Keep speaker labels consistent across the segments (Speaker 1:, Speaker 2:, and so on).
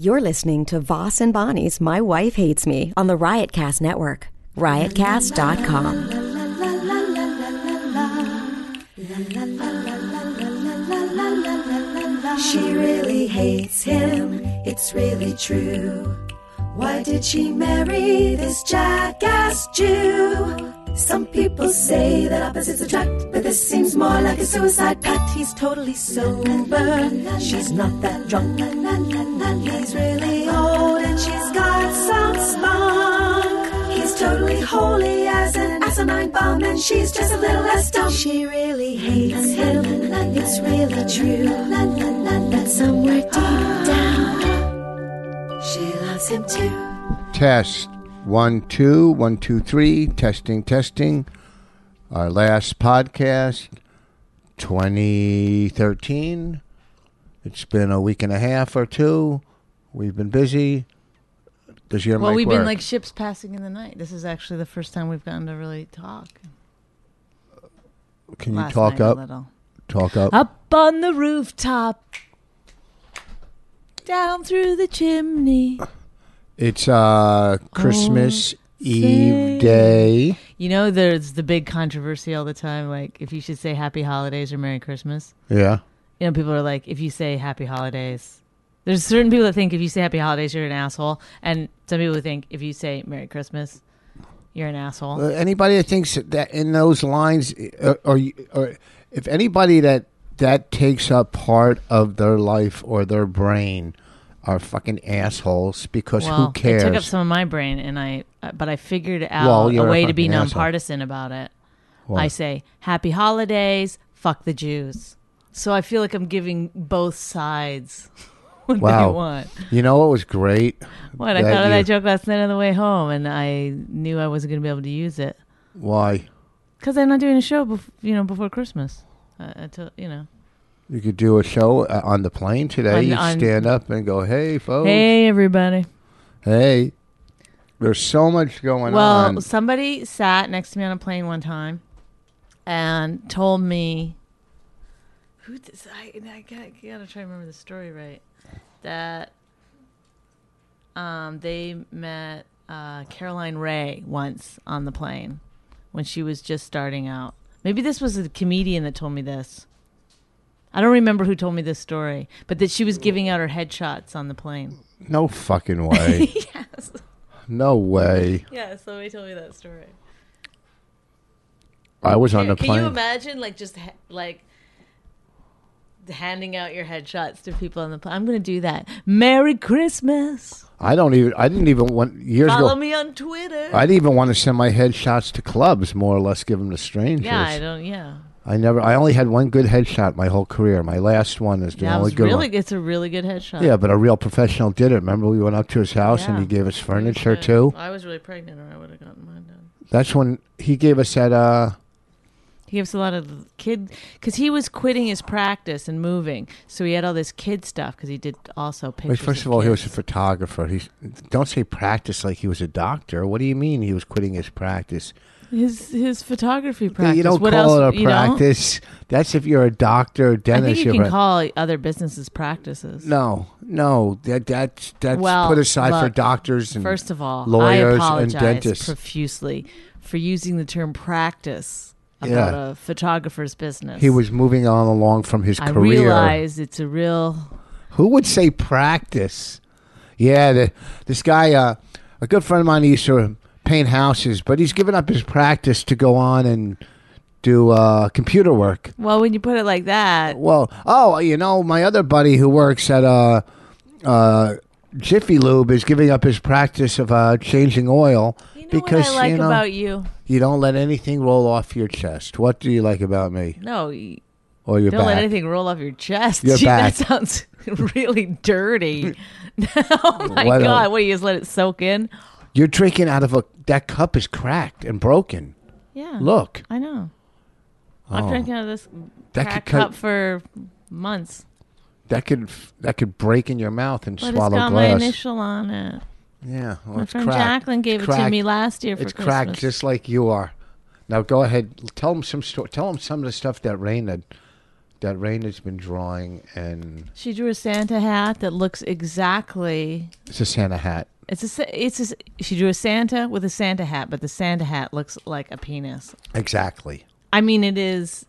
Speaker 1: You're listening to Voss and Bonnie's My Wife Hates Me on the Riotcast Network. Riotcast.com.
Speaker 2: She really hates him, it's really true. Why did she marry this jackass Jew? Some people say that opposites attract, but this seems more like a suicide pact. He's totally sober, she's not that drunk. He's really old and she's got some spunk. He's totally holy as an asinine bomb, and she's just a little less dumb. She really hates him, it's really true. But somewhere deep down, she loves him too.
Speaker 3: Test one two one two three. Testing testing. Our last podcast, 2013. It's been a week and a half or two. We've been busy. Does your
Speaker 4: Well,
Speaker 3: mic
Speaker 4: we've
Speaker 3: work?
Speaker 4: been like ships passing in the night. This is actually the first time we've gotten to really talk.
Speaker 3: Can you
Speaker 4: Last
Speaker 3: talk
Speaker 4: night a
Speaker 3: up? Oh.
Speaker 4: little.
Speaker 3: Talk up.
Speaker 4: Up on the rooftop, down through the chimney.
Speaker 3: It's uh
Speaker 4: Oh,
Speaker 3: Christmas Eve day.
Speaker 4: You know, there's the big controversy all the time. Like, if you should say Happy Holidays or Merry Christmas.
Speaker 3: Yeah.
Speaker 4: You know, people are like, if you say Happy Holidays, there's certain people that think if you say Happy Holidays, you're an asshole, and some people who think if you say Merry Christmas, you're an asshole.
Speaker 3: Uh, anybody that thinks that in those lines, uh, or, or if anybody that that takes up part of their life or their brain are fucking assholes because
Speaker 4: well,
Speaker 3: who cares?
Speaker 4: It took up some of my brain, and I, uh, but I figured out
Speaker 3: Well, you're
Speaker 4: a
Speaker 3: a
Speaker 4: way to be
Speaker 3: fucking asshole.
Speaker 4: nonpartisan about it.
Speaker 3: What?
Speaker 4: I say Happy Holidays, fuck the Jews. So I feel like I'm giving both sides what
Speaker 3: Wow.
Speaker 4: they want.
Speaker 3: you know what was great?
Speaker 4: What I
Speaker 3: That
Speaker 4: thought of
Speaker 3: you-
Speaker 4: that joke last night on the way home, and I knew I wasn't going to be able to use it
Speaker 3: Why
Speaker 4: because I'm not doing a show, bef- you know, before Christmas. Uh, until you know,
Speaker 3: you could do a show uh, on the plane today.
Speaker 4: On-
Speaker 3: you
Speaker 4: on-
Speaker 3: stand up and go, "Hey, folks!
Speaker 4: hey everybody.
Speaker 3: Hey." There's so much going
Speaker 4: well,
Speaker 3: on.
Speaker 4: somebody sat next to me on a plane one time and told me, "Who does I? I gotta, I gotta try to remember the story right." That um, they met uh, Caroline Ray once on the plane when she was just starting out. Maybe this was the comedian that told me this. I don't remember who told me this story, but that she was giving out her headshots on the plane.
Speaker 3: No fucking way.
Speaker 4: yes.
Speaker 3: no way.
Speaker 4: Yeah, somebody told me that story.
Speaker 3: I was on
Speaker 4: Can-
Speaker 3: the plane.
Speaker 4: Can you imagine, like, just ha- like handing out your headshots to people on the plane? I'm going to do that. Merry Christmas.
Speaker 3: I don't even. I didn't even want years
Speaker 4: Follow
Speaker 3: ago.
Speaker 4: me on Twitter.
Speaker 3: I would even want to send my headshots to clubs, more or less, give them to strangers.
Speaker 4: yeah, I don't. Yeah,
Speaker 3: I never. I only had one good headshot my whole career. My last one is the
Speaker 4: that
Speaker 3: only
Speaker 4: was
Speaker 3: good
Speaker 4: really.
Speaker 3: one.
Speaker 4: It's a really good headshot.
Speaker 3: Yeah, but a real professional did it. Remember, we went up to his house and
Speaker 4: Yeah.
Speaker 3: he gave us furniture
Speaker 4: Good.
Speaker 3: too.
Speaker 4: I was really pregnant, or I would have gotten mine done.
Speaker 3: That's when he gave us that. Uh,
Speaker 4: He gives a lot of kid because he was quitting his practice and moving, so he had all this kid stuff because he did also pictures.
Speaker 3: wait, first of
Speaker 4: of
Speaker 3: all, he was a
Speaker 4: kids.
Speaker 3: photographer. He's don't say practice like he was a doctor. What do you mean he was quitting his practice?
Speaker 4: his his photography
Speaker 3: Yeah,
Speaker 4: practice.
Speaker 3: you don't
Speaker 4: what
Speaker 3: call
Speaker 4: else,
Speaker 3: it a
Speaker 4: you don't?
Speaker 3: practice. That's if you're a doctor, or
Speaker 4: I
Speaker 3: dentist.
Speaker 4: think you
Speaker 3: you're
Speaker 4: can
Speaker 3: a-
Speaker 4: call other businesses practices.
Speaker 3: No, no, that that's that's
Speaker 4: Well,
Speaker 3: put aside for
Speaker 4: look,
Speaker 3: doctors and
Speaker 4: First of all, I
Speaker 3: lawyers and
Speaker 4: apologize
Speaker 3: dentists.
Speaker 4: profusely for using the term practice about
Speaker 3: Yeah.
Speaker 4: a photographer's business.
Speaker 3: he was moving on along from his
Speaker 4: I
Speaker 3: career.
Speaker 4: realize it's a real.
Speaker 3: Who would say practice? Yeah, the, this guy, uh, a good friend of mine, he used to paint houses, but he's given up his practice to go on and do uh, computer work.
Speaker 4: Well, when you put it like that,
Speaker 3: Well, oh, you know, my other buddy who works at uh, uh, Jiffy Lube is giving up his practice of uh, changing oil
Speaker 4: you know
Speaker 3: because
Speaker 4: what I like
Speaker 3: you know,
Speaker 4: about you?
Speaker 3: You don't let anything roll off your chest. What do you like about me
Speaker 4: No, you
Speaker 3: or your
Speaker 4: don't
Speaker 3: back?
Speaker 4: let anything roll off your chest.
Speaker 3: Your
Speaker 4: Gee,
Speaker 3: back.
Speaker 4: That sounds really dirty. oh my
Speaker 3: What a-
Speaker 4: god! What do you just let it soak in?
Speaker 3: You're drinking out of a that cup is cracked and broken.
Speaker 4: Yeah.
Speaker 3: Look,
Speaker 4: I know. I've
Speaker 3: Oh.
Speaker 4: drinking out of this
Speaker 3: That
Speaker 4: crack
Speaker 3: could cut-
Speaker 4: cup for months.
Speaker 3: that could that could break in your mouth and
Speaker 4: But it's
Speaker 3: swallow
Speaker 4: got my
Speaker 3: glass.
Speaker 4: initial on it.
Speaker 3: yeah, well,
Speaker 4: My
Speaker 3: it's
Speaker 4: friend
Speaker 3: cracked.
Speaker 4: Jacqueline gave
Speaker 3: It's
Speaker 4: it to
Speaker 3: cracked.
Speaker 4: me last year for
Speaker 3: It's
Speaker 4: Christmas.
Speaker 3: cracked just like you are. Now go ahead. Tell them some sto- Tell them some of the stuff that Rain had that Rain has been drawing, and
Speaker 4: She drew a Santa hat that looks exactly.
Speaker 3: it's a Santa hat.
Speaker 4: It's a. sa- It's a. s- She drew a Santa with a Santa hat, but the Santa hat looks like a penis.
Speaker 3: Exactly.
Speaker 4: I mean, it is.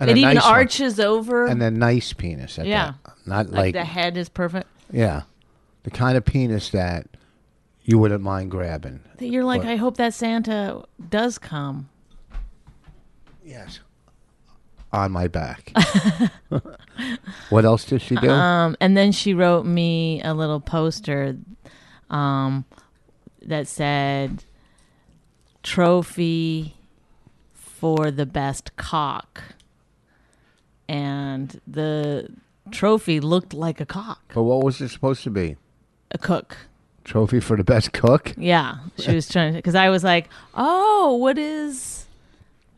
Speaker 3: And a
Speaker 4: it even
Speaker 3: nice one.
Speaker 4: arches over.
Speaker 3: And a nice penis. At
Speaker 4: Yeah.
Speaker 3: that. Not
Speaker 4: like
Speaker 3: like,
Speaker 4: the head is perfect.
Speaker 3: yeah, the kind of penis that you wouldn't mind grabbing.
Speaker 4: That You're like,
Speaker 3: What?
Speaker 4: I hope that Santa does come.
Speaker 3: Yes. On my back. what else does she do?
Speaker 4: Um, and then she wrote me a little poster um, that said trophy for the best cock. And the trophy looked like a cock,
Speaker 3: but what was it supposed to be?
Speaker 4: a cook.
Speaker 3: Trophy for the best cook?
Speaker 4: Yeah, she was trying to, because I was like, oh, what is,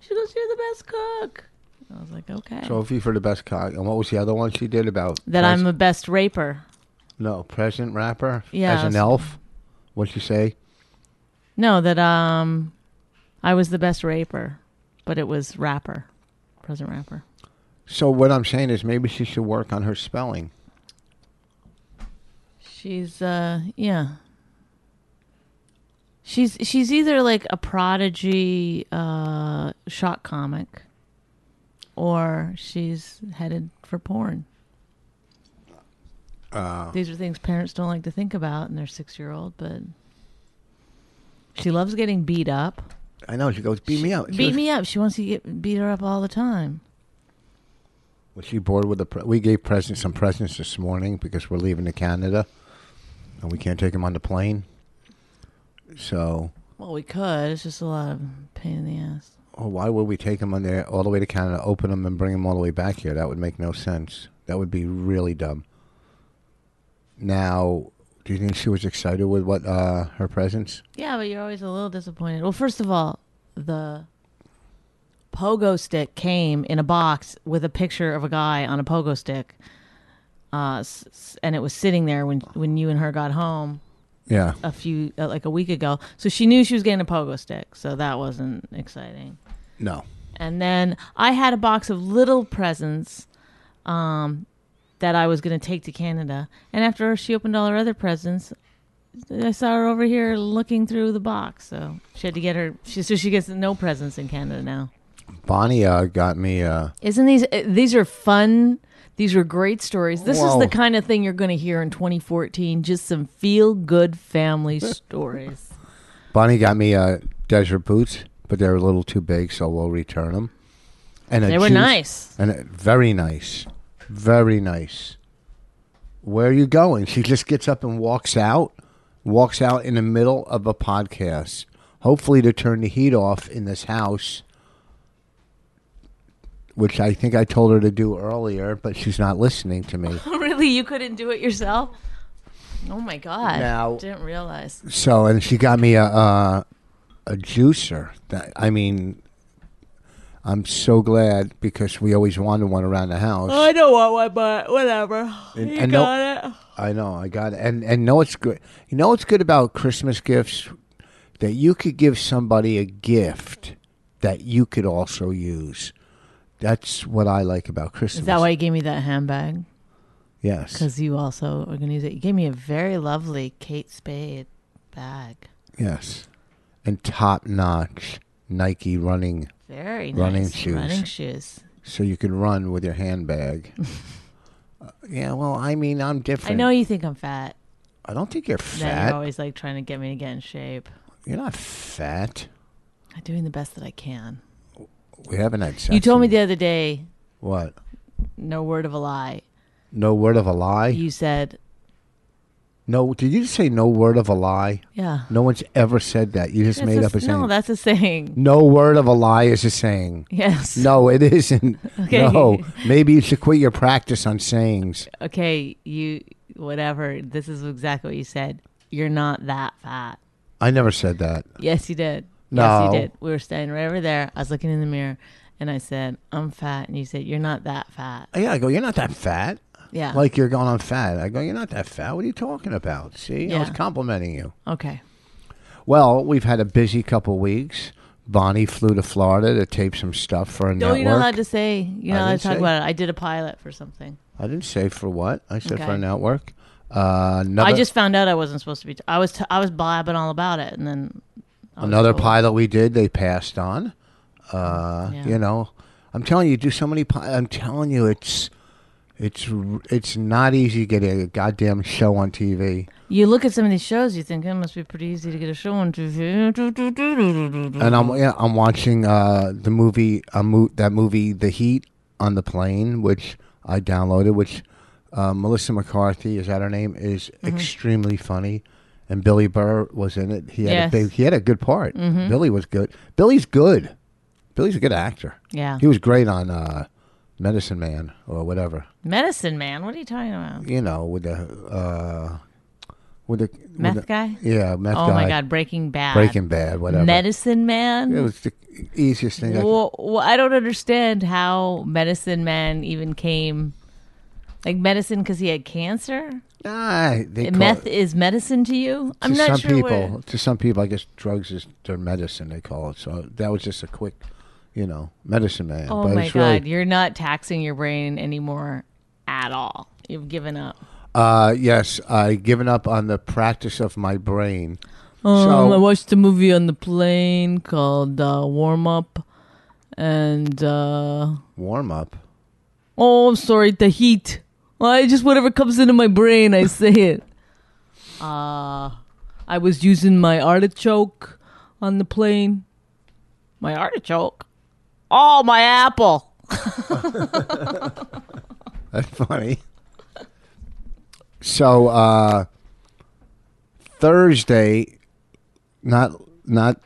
Speaker 4: she goes, you're the best cook. I was like, okay.
Speaker 3: Trophy for the best cock. And what was the other one she did about?
Speaker 4: that
Speaker 3: pres-
Speaker 4: I'm the best raper.
Speaker 3: No, present rapper? As
Speaker 4: Yes.
Speaker 3: an elf? What'd she say?
Speaker 4: No, that um, I was the best raper, but it was rapper, present rapper.
Speaker 3: So what I'm saying is maybe she should work on her spelling.
Speaker 4: She's uh, yeah. She's she's either like a prodigy uh shock comic, or she's headed for porn.
Speaker 3: Uh.
Speaker 4: These are things parents don't like to think about in their six year old, but she loves getting beat up.
Speaker 3: I know. She goes, beat me up. She
Speaker 4: Beat
Speaker 3: was-
Speaker 4: me up. She wants to get beat her up all the time.
Speaker 3: Was she bored with the? Pre- we gave presents some presents this morning because we're leaving to Canada, and we can't take them on the plane. So,
Speaker 4: Well, we could. It's just a lot of pain in the ass.
Speaker 3: oh, why would we take them on there all the way to Canada, open them, and bring them all the way back here? That would make no sense. That would be really dumb. Now, do you think she was excited with what uh, her presents?
Speaker 4: Yeah, but you're always a little disappointed. Well, first of all, the pogo stick came in a box with a picture of a guy on a pogo stick, uh, s- s- and it was sitting there when when you and her got home
Speaker 3: Yeah,
Speaker 4: a few uh, like a week ago. So she knew she was getting a pogo stick. So that wasn't exciting.
Speaker 3: no.
Speaker 4: And then I had a box of little presents um, that I was going to take to Canada. And after she opened all her other presents, I saw her over here looking through the box. So she had to get her. She, so she gets no presents in Canada now.
Speaker 3: Bonnie uh, got me. Uh,
Speaker 4: Isn't these uh, these are fun? These are great stories. This
Speaker 3: Wow.
Speaker 4: is the kind of thing you're going to hear in 2014. Just some feel good family stories.
Speaker 3: Bonnie got me uh, desert boots, but they're a little too big, so we'll return them. And a
Speaker 4: They were
Speaker 3: juice-
Speaker 4: nice.
Speaker 3: and it, very nice, very nice. Where are you going? She just gets up and walks out, walks out in the middle of a podcast, hopefully to turn the heat off in this house, which I think I told her to do earlier, but she's not listening to me.
Speaker 4: really, you couldn't do it yourself? Oh my god!
Speaker 3: Now-
Speaker 4: Didn't realize.
Speaker 3: So, and she got me a a, a juicer. That, I mean, I'm so glad because we always wanted one around the house.
Speaker 4: Oh, I don't want one, but whatever. you
Speaker 3: and no-
Speaker 4: got it.
Speaker 3: I know, I got it. And and know it's good. You know what's good about Christmas gifts that you could give somebody a gift that you could also use. That's what I like about Christmas.
Speaker 4: Is that why you gave me that handbag?
Speaker 3: Yes.
Speaker 4: Because you also are going to use it. You gave me a very lovely Kate Spade bag.
Speaker 3: Yes. And top notch Nike running
Speaker 4: Very
Speaker 3: Running
Speaker 4: nice.
Speaker 3: shoes.
Speaker 4: Running shoes.
Speaker 3: so you could run with your handbag. Uh, yeah, well, I mean, I'm different.
Speaker 4: I know you think I'm fat.
Speaker 3: I don't think you're
Speaker 4: That
Speaker 3: fat.
Speaker 4: you're always like trying to get me to get in shape.
Speaker 3: You're not fat.
Speaker 4: I'm doing the best that I can.
Speaker 3: We haven't had sex.
Speaker 4: You told me
Speaker 3: in-
Speaker 4: the other day,
Speaker 3: What?
Speaker 4: no word of a lie.
Speaker 3: No word of a lie?
Speaker 4: You said,
Speaker 3: No, did you say no word of a lie?
Speaker 4: yeah.
Speaker 3: No one's ever said that. You just
Speaker 4: That's
Speaker 3: made
Speaker 4: a-
Speaker 3: up a saying.
Speaker 4: No, that's a saying.
Speaker 3: no word of a lie is a saying.
Speaker 4: Yes.
Speaker 3: No, it isn't.
Speaker 4: Okay.
Speaker 3: No, maybe you should quit your practice on sayings.
Speaker 4: Okay, you, whatever. This is exactly what you said. You're not that fat.
Speaker 3: I never said that.
Speaker 4: Yes, you did.
Speaker 3: No.
Speaker 4: Yes, you did. We were standing right over there. I was looking in the mirror and I said, I'm fat. And you said, You're not that fat.
Speaker 3: Yeah, I go, you're not that fat.
Speaker 4: Yeah.
Speaker 3: Like you're going on fat. I go, you're not that fat. What are you talking about? See, I was
Speaker 4: Yeah.
Speaker 3: complimenting you.
Speaker 4: okay.
Speaker 3: Well, we've had a busy couple weeks. Bonnie flew to Florida to tape some stuff for a
Speaker 4: No,
Speaker 3: network.
Speaker 4: you're not allowed to say. You're
Speaker 3: I
Speaker 4: not allowed
Speaker 3: didn't
Speaker 4: to talk
Speaker 3: say.
Speaker 4: about it. I did a pilot for something.
Speaker 3: I didn't say for what. I said for
Speaker 4: Okay.
Speaker 3: a network. Uh, another
Speaker 4: I just found out I wasn't supposed to be. T- I was. T- I was blabbing all about it, and then I was
Speaker 3: another
Speaker 4: told.
Speaker 3: pilot we did. They passed on. Uh,
Speaker 4: Yeah.
Speaker 3: You know, I'm telling you, do so many. Pi- I'm telling you, it's it's r- it's not easy getting a goddamn show on TV.
Speaker 4: You look at some of these shows, you think it must be pretty easy to get a show on TV.
Speaker 3: And I'm yeah, I'm watching uh, the movie a mo- that movie The Heat on the plane, which I downloaded. Which uh, Melissa McCarthy is that her name is
Speaker 4: Mm-hmm.
Speaker 3: extremely funny, and Billy Burr was in it. He had
Speaker 4: Yes. Mm-hmm.
Speaker 3: a big, he had a good part. Billy was good. Billy's good. Billy's a good actor.
Speaker 4: Yeah,
Speaker 3: He was great on uh, Medicine Man or whatever.
Speaker 4: medicine man. What are you talking about?
Speaker 3: You know, with the uh, with the with
Speaker 4: Meth
Speaker 3: the-
Speaker 4: guy.
Speaker 3: Yeah, meth
Speaker 4: Oh
Speaker 3: guy.
Speaker 4: my God, Breaking Bad.
Speaker 3: Breaking Bad, whatever.
Speaker 4: Medicine man.
Speaker 3: it was the easiest thing. I could
Speaker 4: Well, well, I don't understand how Medicine Man even came. Like medicine because he had cancer.
Speaker 3: Ah, they call
Speaker 4: Meth
Speaker 3: it,
Speaker 4: is medicine to you.
Speaker 3: to
Speaker 4: I'm not
Speaker 3: some
Speaker 4: sure
Speaker 3: people.
Speaker 4: what.
Speaker 3: To some people, I guess drugs is their medicine. They call it. So that was just a quick, you know, medicine man.
Speaker 4: Oh
Speaker 3: but
Speaker 4: my
Speaker 3: it's
Speaker 4: God,
Speaker 3: really,
Speaker 4: you're not taxing your brain anymore at all. You've given up.
Speaker 3: Uh, yes, I given up on the practice of my brain.
Speaker 4: Um, I
Speaker 3: so
Speaker 4: watched a movie on the plane called uh, Warm Up, and uh,
Speaker 3: warm up.
Speaker 4: oh, I'm sorry, the heat. I just whatever comes into my brain, I say it. Uh, I was using my artichoke on the plane. My artichoke. Oh, my apple.
Speaker 3: That's funny. so uh, Thursday, not not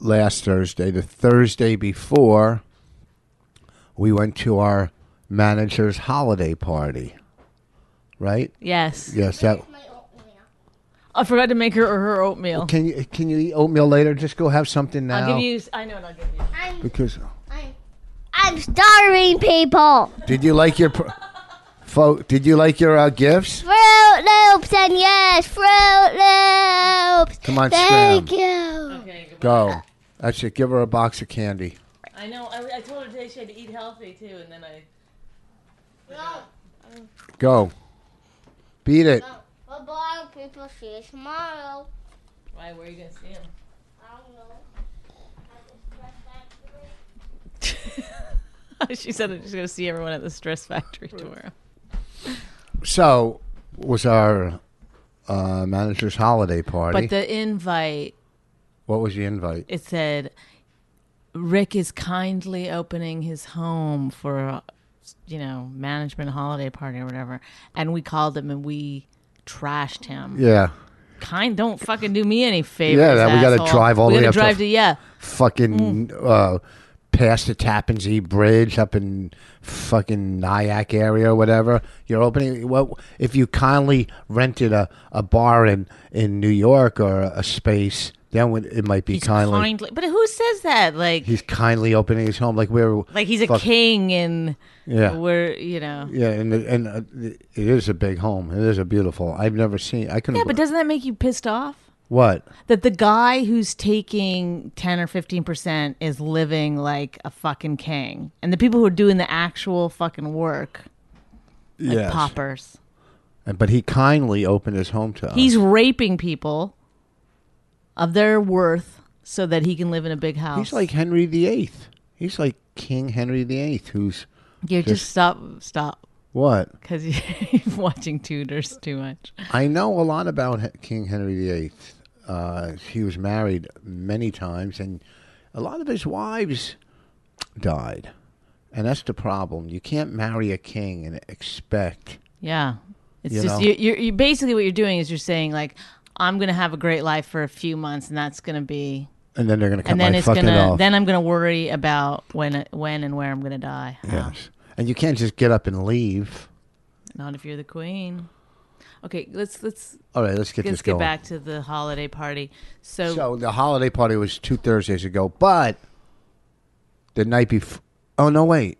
Speaker 3: last Thursday, the Thursday before, we went to our manager's holiday party. Right?
Speaker 4: Yes,
Speaker 3: Yes. That
Speaker 4: I forgot to make her her oatmeal.
Speaker 3: can you can you eat oatmeal later? Just go have something now.
Speaker 4: I'll give you. I know what I'll give you.
Speaker 5: I'm,
Speaker 3: because
Speaker 5: I'm, I'm starving people.
Speaker 3: did you like your pro- fo- did you like your uh, gifts?
Speaker 5: Fruit Loops and yes, Fruit Loops.
Speaker 3: Come on,
Speaker 5: Thank
Speaker 3: scram.
Speaker 5: you.
Speaker 4: Okay.
Speaker 3: Go. That's it. Give her a box of candy.
Speaker 4: I know. I, I told her today she had to eat healthy too, and then I.
Speaker 3: Go. Beat it.
Speaker 5: What about people see tomorrow?
Speaker 4: Why? Where are you gonna see him?
Speaker 5: I don't know.
Speaker 4: she said that she's gonna see everyone at the Stress Factory tomorrow.
Speaker 3: So was our uh, manager's holiday party.
Speaker 4: But the invite,
Speaker 3: what was the invite?
Speaker 4: it said, Rick is kindly opening his home for, a, you know, management holiday party or whatever, and we called him and we trashed him.
Speaker 3: Yeah,
Speaker 4: Kind, don't fucking do me any favors.
Speaker 3: Yeah, that we gotta
Speaker 4: asshole.
Speaker 3: drive all
Speaker 4: We
Speaker 3: the way
Speaker 4: gotta
Speaker 3: up to-
Speaker 4: drive to yeah.
Speaker 3: fucking
Speaker 4: Mm.
Speaker 3: uh, past the Tappan Zee Bridge up in fucking Nyack area or whatever. You're opening. Well, if you kindly rented a, a bar in in New York or a, a space, then would- it might be
Speaker 4: He's
Speaker 3: kindly.
Speaker 4: kindly, but who says that? Like
Speaker 3: He's kindly opening his home, like we were.
Speaker 4: Like he's a
Speaker 3: fuck-
Speaker 4: king and
Speaker 3: Yeah.
Speaker 4: we're you know.
Speaker 3: Yeah, and and uh, it is a big home. It is a beautiful. I've never seen. I couldn't.
Speaker 4: Yeah, but doesn't that make you pissed off?
Speaker 3: what?
Speaker 4: That the guy who's taking ten or fifteen percent is living like a fucking king. And the people who are doing the actual fucking work, like
Speaker 3: Yes.
Speaker 4: paupers.
Speaker 3: And- But he kindly opened his home to us.
Speaker 4: He's raping people of their worth so that he can live in a big house.
Speaker 3: He's like Henry VIII. He's like King Henry VIII, who's
Speaker 4: you just,
Speaker 3: just-
Speaker 4: stop stop
Speaker 3: what?
Speaker 4: because you're watching Tudors too much.
Speaker 3: I know a lot about He- King Henry VIII. Uh, he was married many times, and a lot of his wives died. And that's the problem. You can't marry a king and expect.
Speaker 4: Yeah. It's
Speaker 3: You
Speaker 4: just
Speaker 3: know?
Speaker 4: you you're, you basically what you're doing is you're saying like I'm going to have a great life for a few months and that's going to be
Speaker 3: And then they're going to cut
Speaker 4: and then
Speaker 3: my
Speaker 4: it's
Speaker 3: fucking
Speaker 4: going to
Speaker 3: off.
Speaker 4: then I'm going to worry about when when and where I'm going to die.
Speaker 3: yes. And you can't just get up and leave.
Speaker 4: Not if you're the queen. Okay, let's let's
Speaker 3: All right, let's get
Speaker 4: let's
Speaker 3: this
Speaker 4: get
Speaker 3: going.
Speaker 4: back to the holiday party. So,
Speaker 3: So the holiday party was two Thursdays ago, but the night before. Oh no, wait.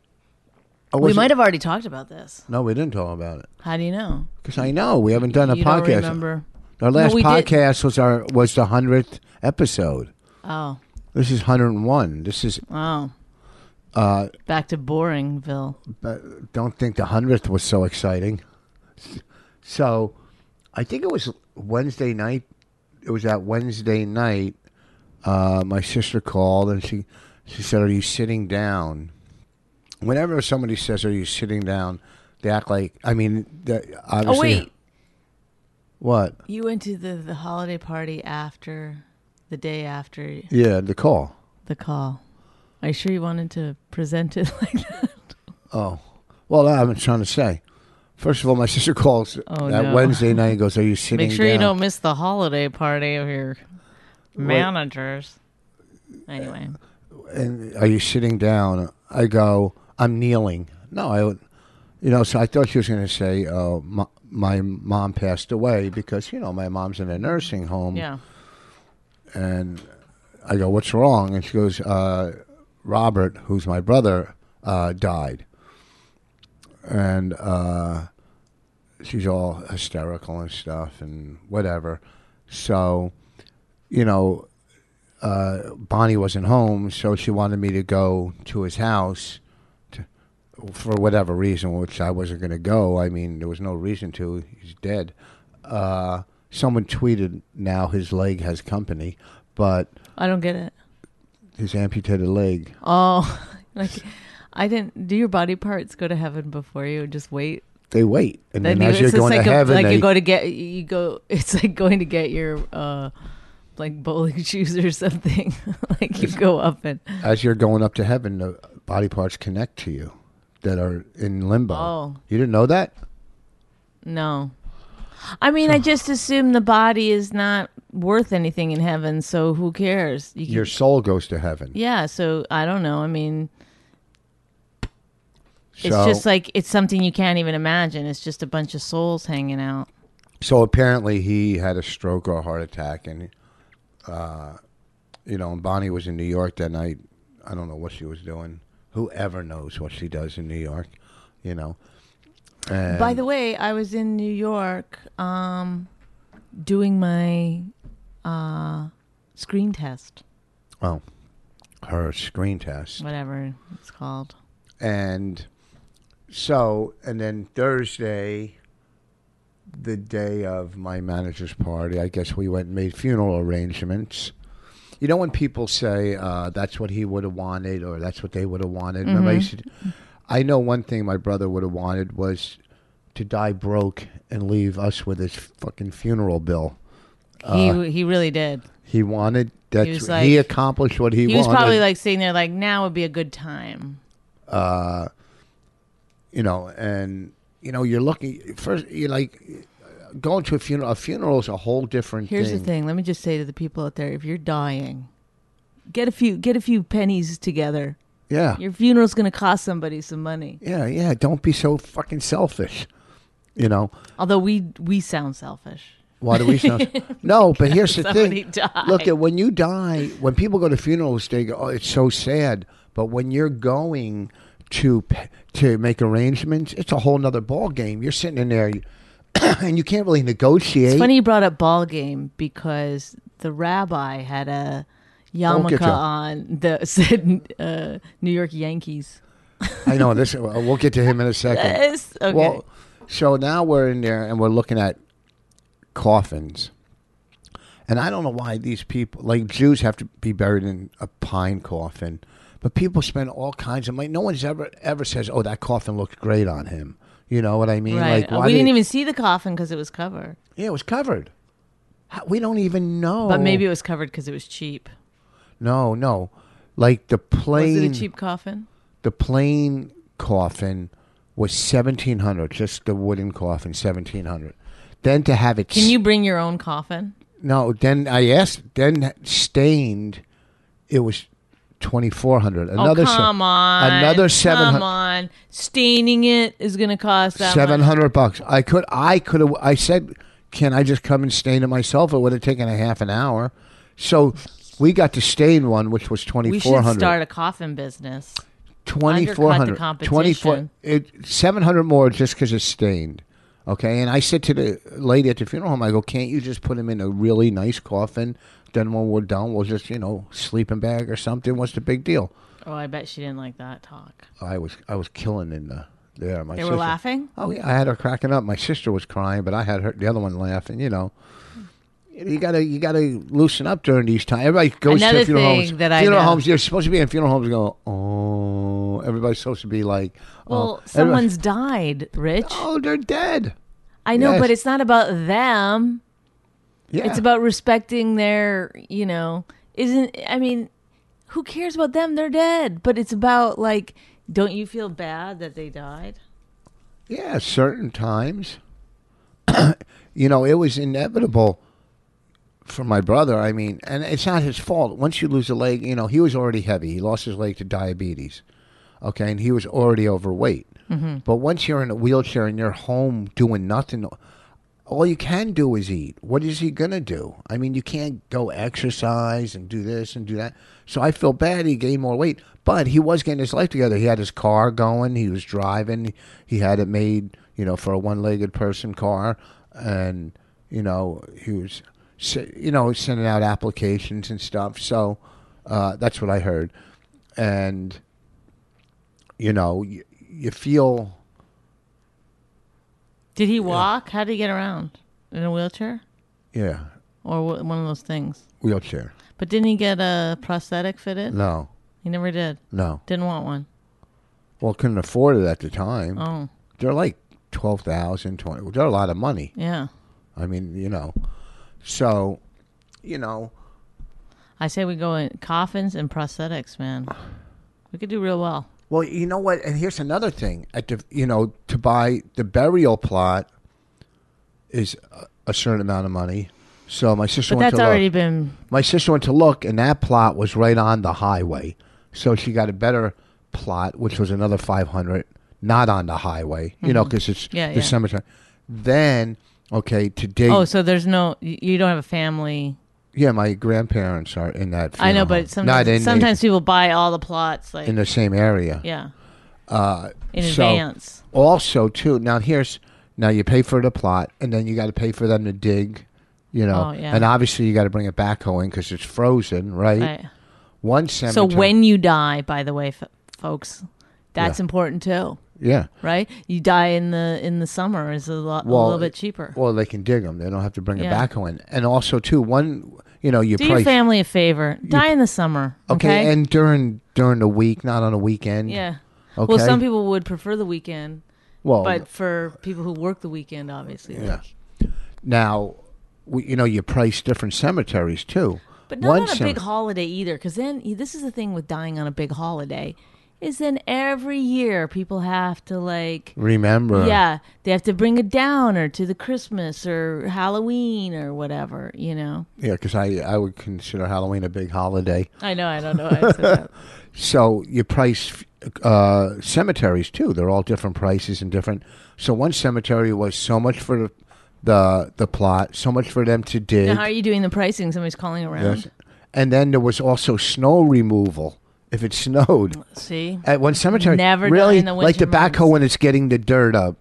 Speaker 3: Oh,
Speaker 4: we
Speaker 3: was it-
Speaker 4: might have already talked about this.
Speaker 3: No, we didn't talk about it
Speaker 4: How do you know?
Speaker 3: because I know we haven't done a
Speaker 4: you
Speaker 3: podcast.
Speaker 4: don't remember.
Speaker 3: Our last
Speaker 4: we did-
Speaker 3: podcast was our was the hundredth episode.
Speaker 4: Oh.
Speaker 3: This is 101. This is
Speaker 4: Oh.
Speaker 3: uh,
Speaker 4: Back to Boringville.
Speaker 3: but don't think the hundredth was so exciting. So, I think it was Wednesday night. It was that Wednesday night. Uh, my sister called and she she said, "Are you sitting down?" Whenever somebody says, "Are you sitting down?" they act like I mean, that
Speaker 4: Oh,
Speaker 3: obviously.
Speaker 4: wait.
Speaker 3: What?
Speaker 4: You went to the, the holiday party after, the day after
Speaker 3: Yeah, the call.
Speaker 4: the call. Are you sure you wanted to present it like that?
Speaker 3: Oh, well, I'm trying to say. First of all, my sister calls
Speaker 4: Oh,
Speaker 3: that
Speaker 4: no.
Speaker 3: Wednesday night and goes, "Are you sitting?"
Speaker 4: Make sure you
Speaker 3: down?"
Speaker 4: don't miss the holiday party of your managers. Anyway,
Speaker 3: and are you sitting down? I go, I'm kneeling. No, I, would- you know, so I thought she was going to say, uh, my, my mom passed away because, you know, my mom's in a nursing home.
Speaker 4: yeah.
Speaker 3: And I go, what's wrong? And she goes, uh, Robert, who's my brother, uh, died. And uh, she's all hysterical and stuff and whatever. So, you know, uh, Bonnie wasn't home, so she wanted me to go to his house to, for whatever reason, which I wasn't going to go. I mean, there was no reason to. He's dead. Uh, someone tweeted now his leg has company, but
Speaker 4: I don't get it.
Speaker 3: his amputated leg.
Speaker 4: Oh, like I didn't. Do your body parts go to heaven before you? Just wait.
Speaker 3: They wait, and then,
Speaker 4: you,
Speaker 3: as you're
Speaker 4: it's just
Speaker 3: going
Speaker 4: like
Speaker 3: to
Speaker 4: a-
Speaker 3: heaven,
Speaker 4: like
Speaker 3: they,
Speaker 4: you go to get you go. It's like going to get your uh, like bowling shoes or something. like you go up and
Speaker 3: as you're going up to heaven, the body parts connect to you that are in limbo.
Speaker 4: Oh.
Speaker 3: You didn't know that?
Speaker 4: no. I mean, I just assume the body is not worth anything in heaven, so who cares? You can-
Speaker 3: Your soul goes to heaven.
Speaker 4: yeah. So I don't know. I mean,
Speaker 3: So,
Speaker 4: it's just like it's something you can't even imagine. It's just a bunch of souls hanging out.
Speaker 3: So apparently he had a stroke or a heart attack, and uh, you know, and Bonnie was in New York that night. I don't know what she was doing. Whoever knows what she does in New York, you know. And
Speaker 4: By the way, I was in New York um, doing my uh, screen test,
Speaker 3: well, her screen test,
Speaker 4: whatever it's called.
Speaker 3: and so and then Thursday, the day of my manager's party, I guess we went and made funeral arrangements. You know when people say uh, that's what he would have wanted or that's what they would have wanted. Remember I,
Speaker 4: Mm-hmm.
Speaker 3: used to- I know one thing my brother would have wanted was to die broke and leave us with his fucking funeral bill.
Speaker 4: he he really did.
Speaker 3: He wanted that's
Speaker 4: was
Speaker 3: he
Speaker 4: like-
Speaker 3: accomplished what he,
Speaker 4: He was
Speaker 3: wanted.
Speaker 4: probably like sitting there, like now would be a good time.
Speaker 3: you know, and you know you're looking first. You're like going to a funeral. A funeral is a whole different.
Speaker 4: Here's
Speaker 3: thing.
Speaker 4: the thing. Let me just say to the people out there: if you're dying, get a few get a few pennies together.
Speaker 3: Yeah,
Speaker 4: Your funeral's going to cost somebody some money.
Speaker 3: yeah, yeah. Don't be so fucking selfish. You know
Speaker 4: Although we we sound selfish.
Speaker 3: why do we sound? no, but here's the
Speaker 4: Somebody
Speaker 3: thing.
Speaker 4: died.
Speaker 3: Look at when you die. When people go to funerals, they go, "Oh, it's so sad." But when you're going to p- to make arrangements, it's a whole nother ball game. You're sitting in there, you- and you can't really negotiate.
Speaker 4: It's funny you brought up ball game because the rabbi had a yarmulke
Speaker 3: getcha.
Speaker 4: on that said uh, New York Yankees.
Speaker 3: I know this. We'll get to him in a second.
Speaker 4: Yes. Okay.
Speaker 3: Well, so now we're in there and we're looking at coffins. And I don't know why these people, like Jews, have to be buried in a pine coffin, but people spend all kinds of money. No one's ever ever says, "Oh, that coffin looked great on him." You know what I mean?
Speaker 4: right. Uh,
Speaker 3: Like, why
Speaker 4: we
Speaker 3: did-
Speaker 4: didn't even see the coffin because it was covered,
Speaker 3: Yeah, it was covered. How- We don't even know.
Speaker 4: but maybe it was covered because it was cheap.
Speaker 3: no, no. Like the
Speaker 4: Was
Speaker 3: plane.
Speaker 4: it a cheap coffin?
Speaker 3: the plain coffin was seventeen hundred, just the wooden coffin, seventeen hundred. Then to have it,
Speaker 4: Can you bring your own coffin?
Speaker 3: No, then I asked. Then stained, it was twenty four hundred. Another
Speaker 4: oh,
Speaker 3: se-
Speaker 4: come on.
Speaker 3: another seven
Speaker 4: Come on. Staining it is going to cost that
Speaker 3: seven
Speaker 4: much.
Speaker 3: hundred bucks. I could, I could have. I said, can I just come and stain it myself? It would have taken a half an hour. So we got to stain one, which was twenty
Speaker 4: We should
Speaker 3: four
Speaker 4: start
Speaker 3: hundred.
Speaker 4: a coffin business.
Speaker 3: Twenty four
Speaker 4: undercut the
Speaker 3: hundred. Twenty four.
Speaker 4: competition.
Speaker 3: It seven hundred more just because it's stained. Okay, and I said to the lady at the funeral home, I go, can't you just put him in a really nice coffin? Then when we're done, we'll just, you know, sleeping bag or something. What's the big deal?
Speaker 4: Oh, I bet she didn't like that talk.
Speaker 3: I was I was killing in the there. My
Speaker 4: They
Speaker 3: sister.
Speaker 4: were laughing.
Speaker 3: Oh yeah, I had her cracking up. My sister was crying, but I had her the other one laughing. You know, you gotta you gotta loosen up during these times. Everybody goes
Speaker 4: Another
Speaker 3: to funeral
Speaker 4: thing
Speaker 3: homes.
Speaker 4: that I
Speaker 3: funeral
Speaker 4: know-
Speaker 3: homes. You're supposed to be in funeral homes. and Go oh, everybody's supposed to be like oh,
Speaker 4: Well,
Speaker 3: everybody-
Speaker 4: someone's died, Rich.
Speaker 3: oh they're dead.
Speaker 4: I know,
Speaker 3: yes.
Speaker 4: but it's not about them.
Speaker 3: Yeah,
Speaker 4: It's about respecting their, you know, isn't I mean, who cares about them? They're dead. But it's about like don't you feel bad that they died?
Speaker 3: yeah certain times. you know, it was inevitable for my brother. I mean, and it's not his fault. Once you lose a leg, you know, he was already heavy. He lost his leg to diabetes. okay, and he was already overweight. But once you're in a wheelchair and you're home doing nothing, all you can do is eat. What is he gonna do? I mean, you can't go exercise and do this and do that. So I feel bad he gained more weight, but he was getting his life together. He had his car going. He was driving. He had it made, you know, for a one-legged person car, and you know he was, se- you know, sending out applications and stuff. So uh, that's what I heard, and you know, you, you feel
Speaker 4: Did he walk? How did he get around? In a wheelchair
Speaker 3: yeah,
Speaker 4: or wh- one of those things?
Speaker 3: wheelchair.
Speaker 4: But didn't he get a prosthetic fitted?
Speaker 3: No,
Speaker 4: He never did.
Speaker 3: no.
Speaker 4: Didn't want one.
Speaker 3: Well, couldn't afford it at the time.
Speaker 4: Oh,
Speaker 3: They're like twelve thousand, twenty. They're a lot of money.
Speaker 4: yeah.
Speaker 3: I mean, you know, so you know,
Speaker 4: I say we go in coffins and prosthetics, man. We could do real well.
Speaker 3: Well, you know what? And here's another thing. At the, you know, to buy the burial plot is a, a certain amount of money. So my sister
Speaker 4: But
Speaker 3: went
Speaker 4: that's
Speaker 3: to
Speaker 4: already
Speaker 3: look.
Speaker 4: been
Speaker 3: My sister went to look, and that plot was right on the highway. So she got a better plot, which was another five hundred, not on the highway. You know, 'cause know, because it's
Speaker 4: Mm-hmm. Yeah,
Speaker 3: the
Speaker 4: yeah.
Speaker 3: cemetery. Then, okay, today,
Speaker 4: Oh, so there's no y- you don't have a family.
Speaker 3: yeah, my grandparents are in that.
Speaker 4: I know,
Speaker 3: funeral home.
Speaker 4: but sometimes
Speaker 3: Not in the-
Speaker 4: sometimes people buy all the plots like
Speaker 3: in the same area.
Speaker 4: yeah. Uh, in
Speaker 3: so-
Speaker 4: advance.
Speaker 3: also too now here's now you pay for the plot and then you got to pay for them to dig you know
Speaker 4: Oh, yeah.
Speaker 3: and obviously you got to bring a backhoe in because it's frozen right,
Speaker 4: Right.
Speaker 3: one
Speaker 4: So
Speaker 3: cemetery
Speaker 4: when you die, by the way, f- folks, that's
Speaker 3: Yeah.
Speaker 4: important too,
Speaker 3: yeah
Speaker 4: right? You die in the in the summer is a lot a little bit cheaper.
Speaker 3: well they can dig them they don't have to bring
Speaker 4: Yeah.
Speaker 3: a backhoe in and also too one you know you
Speaker 4: do your
Speaker 3: price
Speaker 4: family a favor. Die in the summer.
Speaker 3: okay,
Speaker 4: Okay.
Speaker 3: and during during the week not on a weekend
Speaker 4: yeah.
Speaker 3: okay
Speaker 4: Well, some people would prefer the weekend,
Speaker 3: well
Speaker 4: but for people who work the weekend, obviously.
Speaker 3: yeah now we, you know you price different cemeteries too
Speaker 4: But not
Speaker 3: one
Speaker 4: on a
Speaker 3: cemetery-
Speaker 4: big holiday either, because then this is the thing with dying on a big holiday, is then every year people have to like,
Speaker 3: remember
Speaker 4: yeah, they have to bring a downer to the Christmas or Halloween or whatever, you know.
Speaker 3: yeah because i i would consider halloween a big holiday
Speaker 4: I know, I don't know. why I said that.
Speaker 3: So you price uh, cemeteries too. They're all different prices and different. So one cemetery was so much for the the, the plot, so much for them to dig,
Speaker 4: Now, how are you doing the pricing? Somebody's calling around.
Speaker 3: Yes. and then there was also snow removal if it snowed
Speaker 4: See,
Speaker 3: at one cemetery.
Speaker 4: Never done
Speaker 3: really
Speaker 4: in the
Speaker 3: like the
Speaker 4: winter months.
Speaker 3: backhoe when it's getting the dirt up.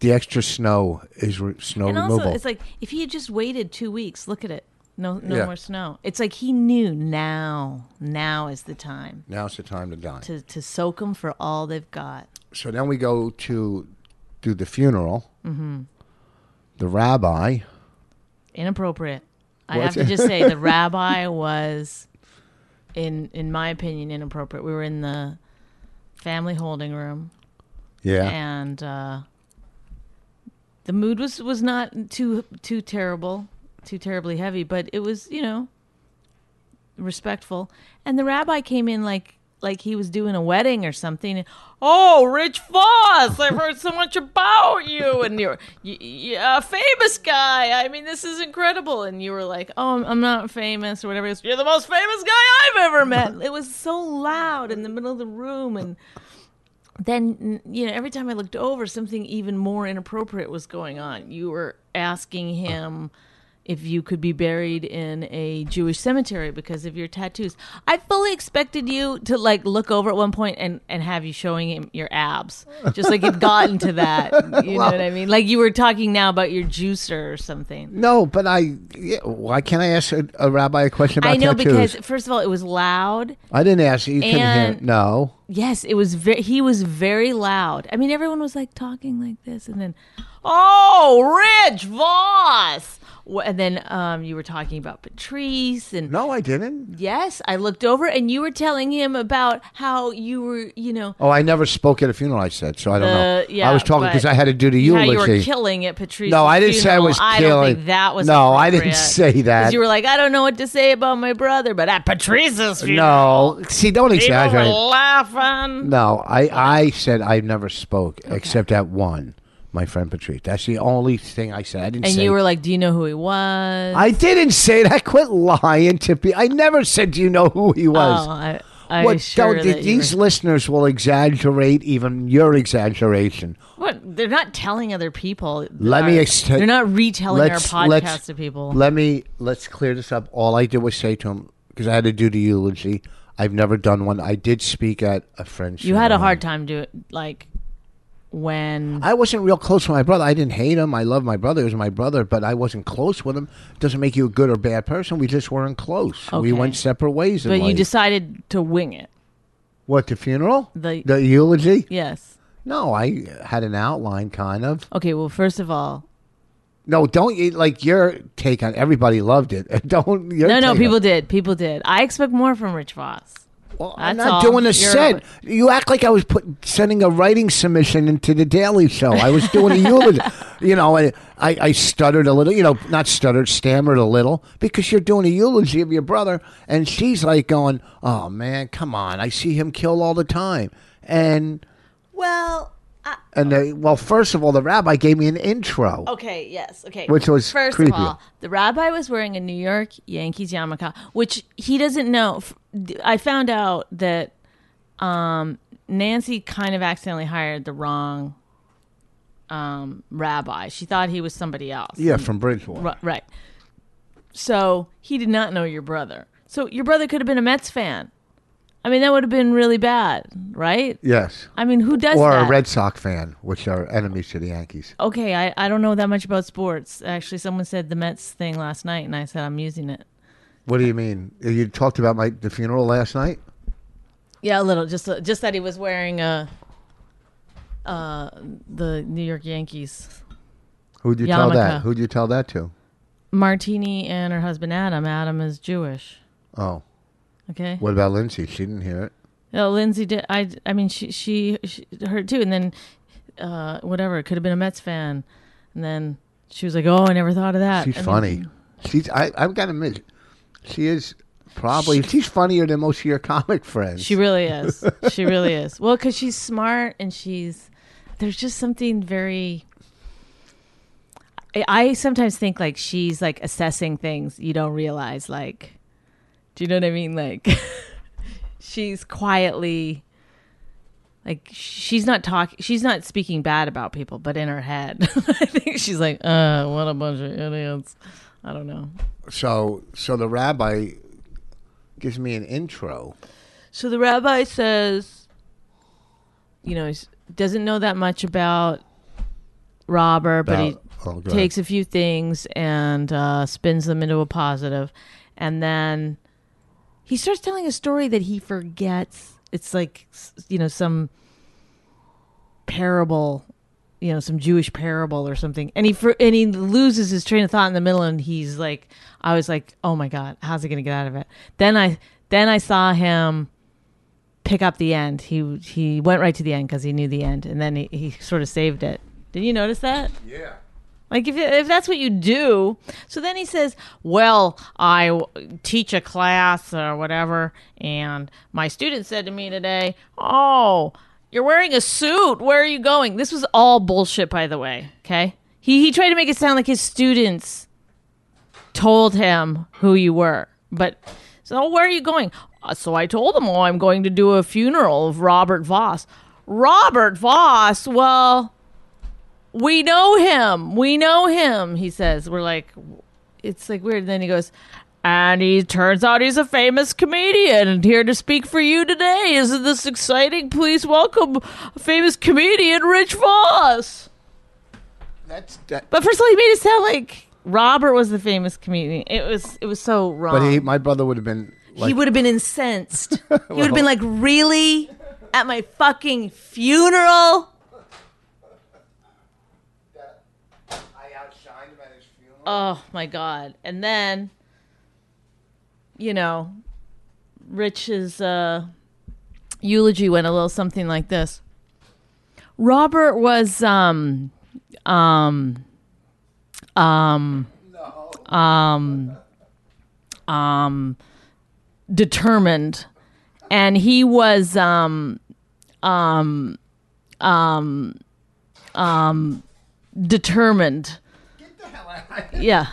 Speaker 3: The extra snow is re- snow
Speaker 4: and
Speaker 3: removal.
Speaker 4: also it's like if he had just waited two weeks, look at it. No, no
Speaker 3: Yeah.
Speaker 4: more snow. It's like he knew now. Now is the time
Speaker 3: Now's the time to die.
Speaker 4: to to soak them for all they've got.
Speaker 3: so then we go to do the funeral. Mm-hmm. The rabbi.
Speaker 4: inappropriate. I
Speaker 3: What?
Speaker 4: have to just say the rabbi was in in my opinion inappropriate. We were in the family holding room
Speaker 3: Yeah.
Speaker 4: and uh the mood was was not too too terrible, too terribly heavy, but it was, you know, respectful. And the rabbi came in like like he was doing a wedding or something. Oh, Rich Voss! I've heard so much about you, and you're y- y- a famous guy. I mean, this is incredible. And you were like, "Oh, I'm, I'm not famous or whatever." He goes, You're the most famous guy I've ever met. It was so loud in the middle of the room, and then n- you know, every time I looked over, something even more inappropriate was going on. You were asking him if you could be buried in a Jewish cemetery because of your tattoos. I fully expected you to like look over at one point and and have you showing him your abs, just like it gotten to that. You know what I mean? Like you were talking now about your juicer or something.
Speaker 3: No, but I. Yeah, why can't I ask a, a rabbi a question about
Speaker 4: I know
Speaker 3: tattoos?
Speaker 4: because first of all, it was loud.
Speaker 3: I didn't ask. You couldn't hear.
Speaker 4: And-
Speaker 3: No.
Speaker 4: Yes, it was. Ve- he was very loud. I mean, everyone was like talking like this, and then, oh, Rich Voss, Wh- and then um, you were talking about Patrice, and
Speaker 3: No, I didn't.
Speaker 4: yes, I looked over, and you were telling him about how you were, you know,
Speaker 3: Oh, I never spoke at a funeral. I said so. I don't know.
Speaker 4: the- yeah,
Speaker 3: I was talking
Speaker 4: but
Speaker 3: because I had to do the eulogy.
Speaker 4: How you were killing at Patrice's
Speaker 3: No, I didn't say I
Speaker 4: funeral.
Speaker 3: was
Speaker 4: I
Speaker 3: killing.
Speaker 4: don't think that was
Speaker 3: No, I didn't
Speaker 4: appropriate.
Speaker 3: say
Speaker 4: 'Cause
Speaker 3: that.
Speaker 4: You were like, I don't know what to say about my brother, but at Patrice's funeral,
Speaker 3: no, see, don't
Speaker 4: people were
Speaker 3: exaggerate.
Speaker 4: laughing.
Speaker 3: No, I, I said I never spoke except at one. My friend Patrice. That's the only thing I said. I didn't.
Speaker 4: And
Speaker 3: say
Speaker 4: you were like, Do you know who he was?
Speaker 3: I didn't say that. Quit lying to me. I never said "Do you know who he was.
Speaker 4: Oh, I, I
Speaker 3: What-
Speaker 4: sure
Speaker 3: don't-
Speaker 4: that you
Speaker 3: these
Speaker 4: were-
Speaker 3: listeners will exaggerate even your exaggeration.
Speaker 4: what, they're not telling other people.
Speaker 3: Let
Speaker 4: our-
Speaker 3: me ex-
Speaker 4: They're not retelling our
Speaker 3: let's- let's-
Speaker 4: podcast to people.
Speaker 3: Let me let's clear this up. All I did was say to him because I had to do the eulogy. I've never done one. I did speak at a friend's.
Speaker 4: you had a
Speaker 3: funeral.
Speaker 4: hard time doing like when
Speaker 3: I wasn't real close to my brother. I didn't hate him. I love my brother. He was my brother, but I wasn't close with him. Doesn't make you a good or bad person. We just weren't close. We
Speaker 4: Okay.
Speaker 3: went separate ways. in
Speaker 4: but you
Speaker 3: life.
Speaker 4: decided to wing it.
Speaker 3: what the funeral,
Speaker 4: The-
Speaker 3: the eulogy.
Speaker 4: Yes.
Speaker 3: No, I had an outline, kind of.
Speaker 4: Okay. Well, first of all,
Speaker 3: No, don't you like your take on everybody loved it. Don't your
Speaker 4: no, no,
Speaker 3: take on-
Speaker 4: people did. People did. I expect more from Rich Voss.
Speaker 3: Well, I'm
Speaker 4: That's
Speaker 3: not
Speaker 4: all.
Speaker 3: doing a
Speaker 4: You're-
Speaker 3: set. You act like I was put, sending a writing submission into the Daily Show. I was doing a eulogy. You know, I, I, I stuttered a little. You know, not stuttered, stammered a little because you're doing a eulogy of your brother, and she's like going, "Oh man, come on! I see him kill all the time." And
Speaker 4: Well,
Speaker 3: and they, well, first of all, the rabbi gave me an intro.
Speaker 4: okay, yes, okay.
Speaker 3: Which was
Speaker 4: first
Speaker 3: creepy.
Speaker 4: of all, the rabbi was wearing a New York Yankees yarmulke, which he doesn't know. F- d- I found out that um, Nancy kind of accidentally hired the wrong um, rabbi. She thought he was somebody else.
Speaker 3: Yeah, from Bridgewater.
Speaker 4: Ri- right. So he did not know your brother. So your brother could have been a Mets fan. I mean, that would have been really bad, right?
Speaker 3: Yes.
Speaker 4: I mean, who does
Speaker 3: Or
Speaker 4: that?
Speaker 3: a Red Sox fan, which are enemies to the Yankees.
Speaker 4: okay, I, I don't know that much about sports. Actually, someone said the Mets thing last night, and I said I'm using it.
Speaker 3: What do you mean? You talked about my the funeral last night.
Speaker 4: Yeah, a little. Just just that he was wearing uh, uh, the New York Yankees
Speaker 3: Who'd you tell that?
Speaker 4: Yarmulke.
Speaker 3: Who'd you tell that to?
Speaker 4: Martini and her husband Adam. Adam is Jewish.
Speaker 3: Oh,
Speaker 4: Okay.
Speaker 3: what about Lindsay? She didn't hear it.
Speaker 4: No, Lindsay did. I, I mean, she, she, she heard too. And then, uh, whatever, could have been a Mets fan. And then she was like, oh, I never thought of that.
Speaker 3: She's
Speaker 4: I mean,
Speaker 3: funny. She's I I've got to admit, she is probably she's funnier than most of your comic friends.
Speaker 4: she really is. She really is. Well, because she's smart and she's, there's just something very, I, I sometimes think like she's like assessing things you don't realize. Like, do you know what I mean? Like, she's quietly. like she's not talking she's not speaking bad about people but in her head i think she's like uh what a bunch of idiots i don't know
Speaker 3: so so the rabbi gives me an intro.
Speaker 4: so the rabbi says you know he doesn't know that much about robber but he
Speaker 3: about- oh, go ahead.
Speaker 4: takes a few things and uh, spins them into a positive and then he starts telling a story that he forgets it's like s- you know some parable you know some jewish parable or something and he for, and he loses his train of thought in the middle and he's like i was like oh my god how's he gonna get out of it then i then i saw him pick up the end he he went right to the end because he knew the end and then he, he sort of saved it did you notice that
Speaker 3: Yeah.
Speaker 4: like if if that's what you do, so then he says, "Well, I w- teach a class or whatever, and my student said to me today, "Oh, you're wearing a suit. Where are you going?" This was all bullshit, by the way. Okay, he he tried to make it sound like his students told him who you were, but so "Oh, where are you going? Uh, so I told him, "Oh, I'm going to do a funeral of Robert Voss." Robert Voss. Well. We know him. We know him. He says, "We're like, it's like weird. And then he goes, and he turns out he's a famous comedian and here to speak for you today. Isn't this exciting? Please welcome famous comedian Rich Voss.
Speaker 3: That's that,
Speaker 4: But first of all, he made it sound like Robert was the famous comedian. It was it was so wrong.
Speaker 3: but he, my brother would have been. Like,
Speaker 4: he would have been incensed. he would have been like, "Really? At my fucking funeral?"
Speaker 3: I outshined him at his funeral.
Speaker 4: Oh my god. And then you know, Rich's uh eulogy went a little something like this. Robert was um um um um um determined and he was um um um um determined yeah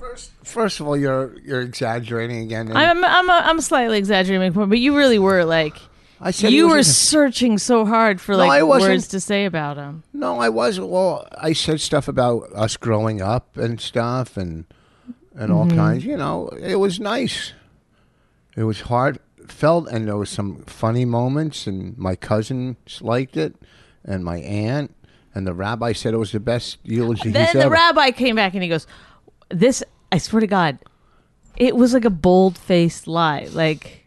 Speaker 3: First, first of all, you're you're exaggerating again. and
Speaker 4: I'm I'm I'm slightly exaggerating, my point, but you really were like
Speaker 3: I said he
Speaker 4: you
Speaker 3: was
Speaker 4: were
Speaker 3: in-
Speaker 4: searching so hard for
Speaker 3: I
Speaker 4: like
Speaker 3: wasn't.
Speaker 4: words to say about him.
Speaker 3: No, I was. Well, I said stuff about us growing up and stuff, and and all
Speaker 4: Mm-hmm.
Speaker 3: kinds. You know, it was nice. It was heartfelt, and there was some funny moments. And my cousins liked it, and my aunt, and the rabbi said it was the best eulogy
Speaker 4: Then
Speaker 3: he's
Speaker 4: the
Speaker 3: ever.
Speaker 4: rabbi came back and he goes, "This, I swear to God, it was like a bold-faced lie." Like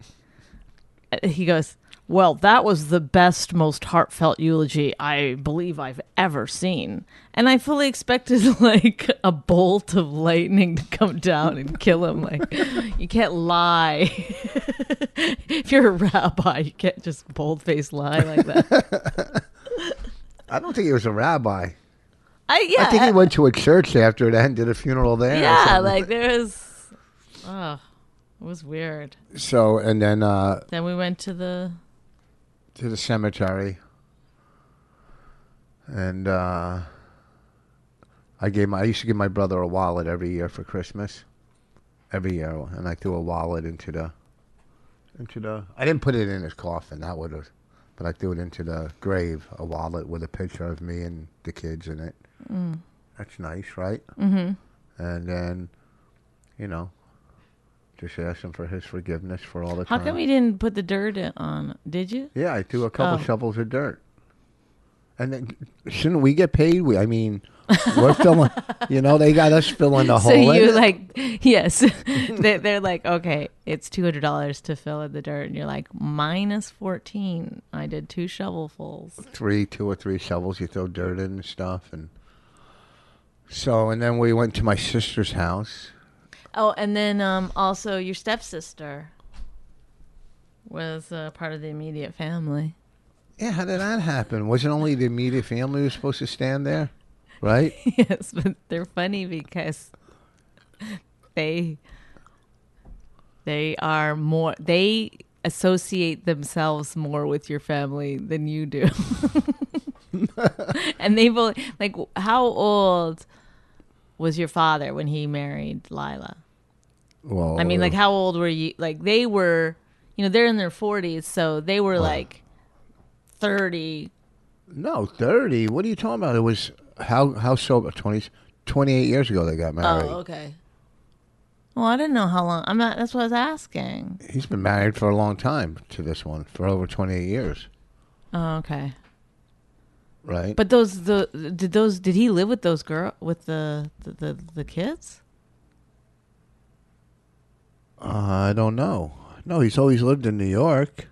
Speaker 4: uh, he goes, "Well, that was the best, most heartfelt eulogy I believe I've ever seen," and I fully expected like a bolt of lightning to come down and kill him. Like you can't lie if you're a rabbi, you can't just bold-faced lie like that.
Speaker 3: I don't think he was a rabbi.
Speaker 4: I yeah,
Speaker 3: I think he went to a church after it ended, a funeral there. or
Speaker 4: yeah,
Speaker 3: something.
Speaker 4: like there was. Oh, it was weird.
Speaker 3: so. And then uh,
Speaker 4: Then we went to the.
Speaker 3: to the cemetery, and uh, I gave my I used to give my brother a wallet every year for Christmas, every year, and I threw a wallet into the into the. I didn't put it in his coffin. That would have, but I threw it into the grave. A wallet with a picture of me and the kids in it. Mm. That's nice, right? Mm-hmm. And then, you know. Just ask him for his forgiveness for all the
Speaker 4: How
Speaker 3: time.
Speaker 4: come you didn't put the dirt in- on? Did you?
Speaker 3: Yeah, I threw a couple
Speaker 4: Oh.
Speaker 3: shovels of dirt. And then shouldn't we get paid? We, I mean, we're filling. You know, they got us filling the
Speaker 4: so
Speaker 3: hole. in
Speaker 4: you
Speaker 3: it.
Speaker 4: like yes, they, they're like okay, it's two hundred dollars to fill in the dirt, and you're like minus fourteen. I did two shovelfuls.
Speaker 3: three, two or three shovels. You throw dirt in and stuff, and so and then we went to my sister's house.
Speaker 4: Oh, and then um, also your stepsister was uh, part of the immediate family.
Speaker 3: Yeah, how did that happen? Wasn't only the immediate family was supposed to stand there, right?
Speaker 4: yes, but they're funny because they they are more they associate themselves more with your family than you do. and they've only, like how old was your father when he married Lila?
Speaker 3: Well,
Speaker 4: I mean, like how old were you? Like they were, you know, they're in their 40s, so they were like 30
Speaker 3: no, thirty. What are you talking about? It was how how sober? Twenty, twenty-eight years ago they got married.
Speaker 4: Oh, okay. Well, I didn't know how long. I'm not. That's what I was asking.
Speaker 3: He's been married for a long time to this one for over 28 years,
Speaker 4: Oh, okay.
Speaker 3: right?
Speaker 4: But those the did those did he live with those girl with the the the, the kids?
Speaker 3: uh, I don't know. No, he's always lived in New York.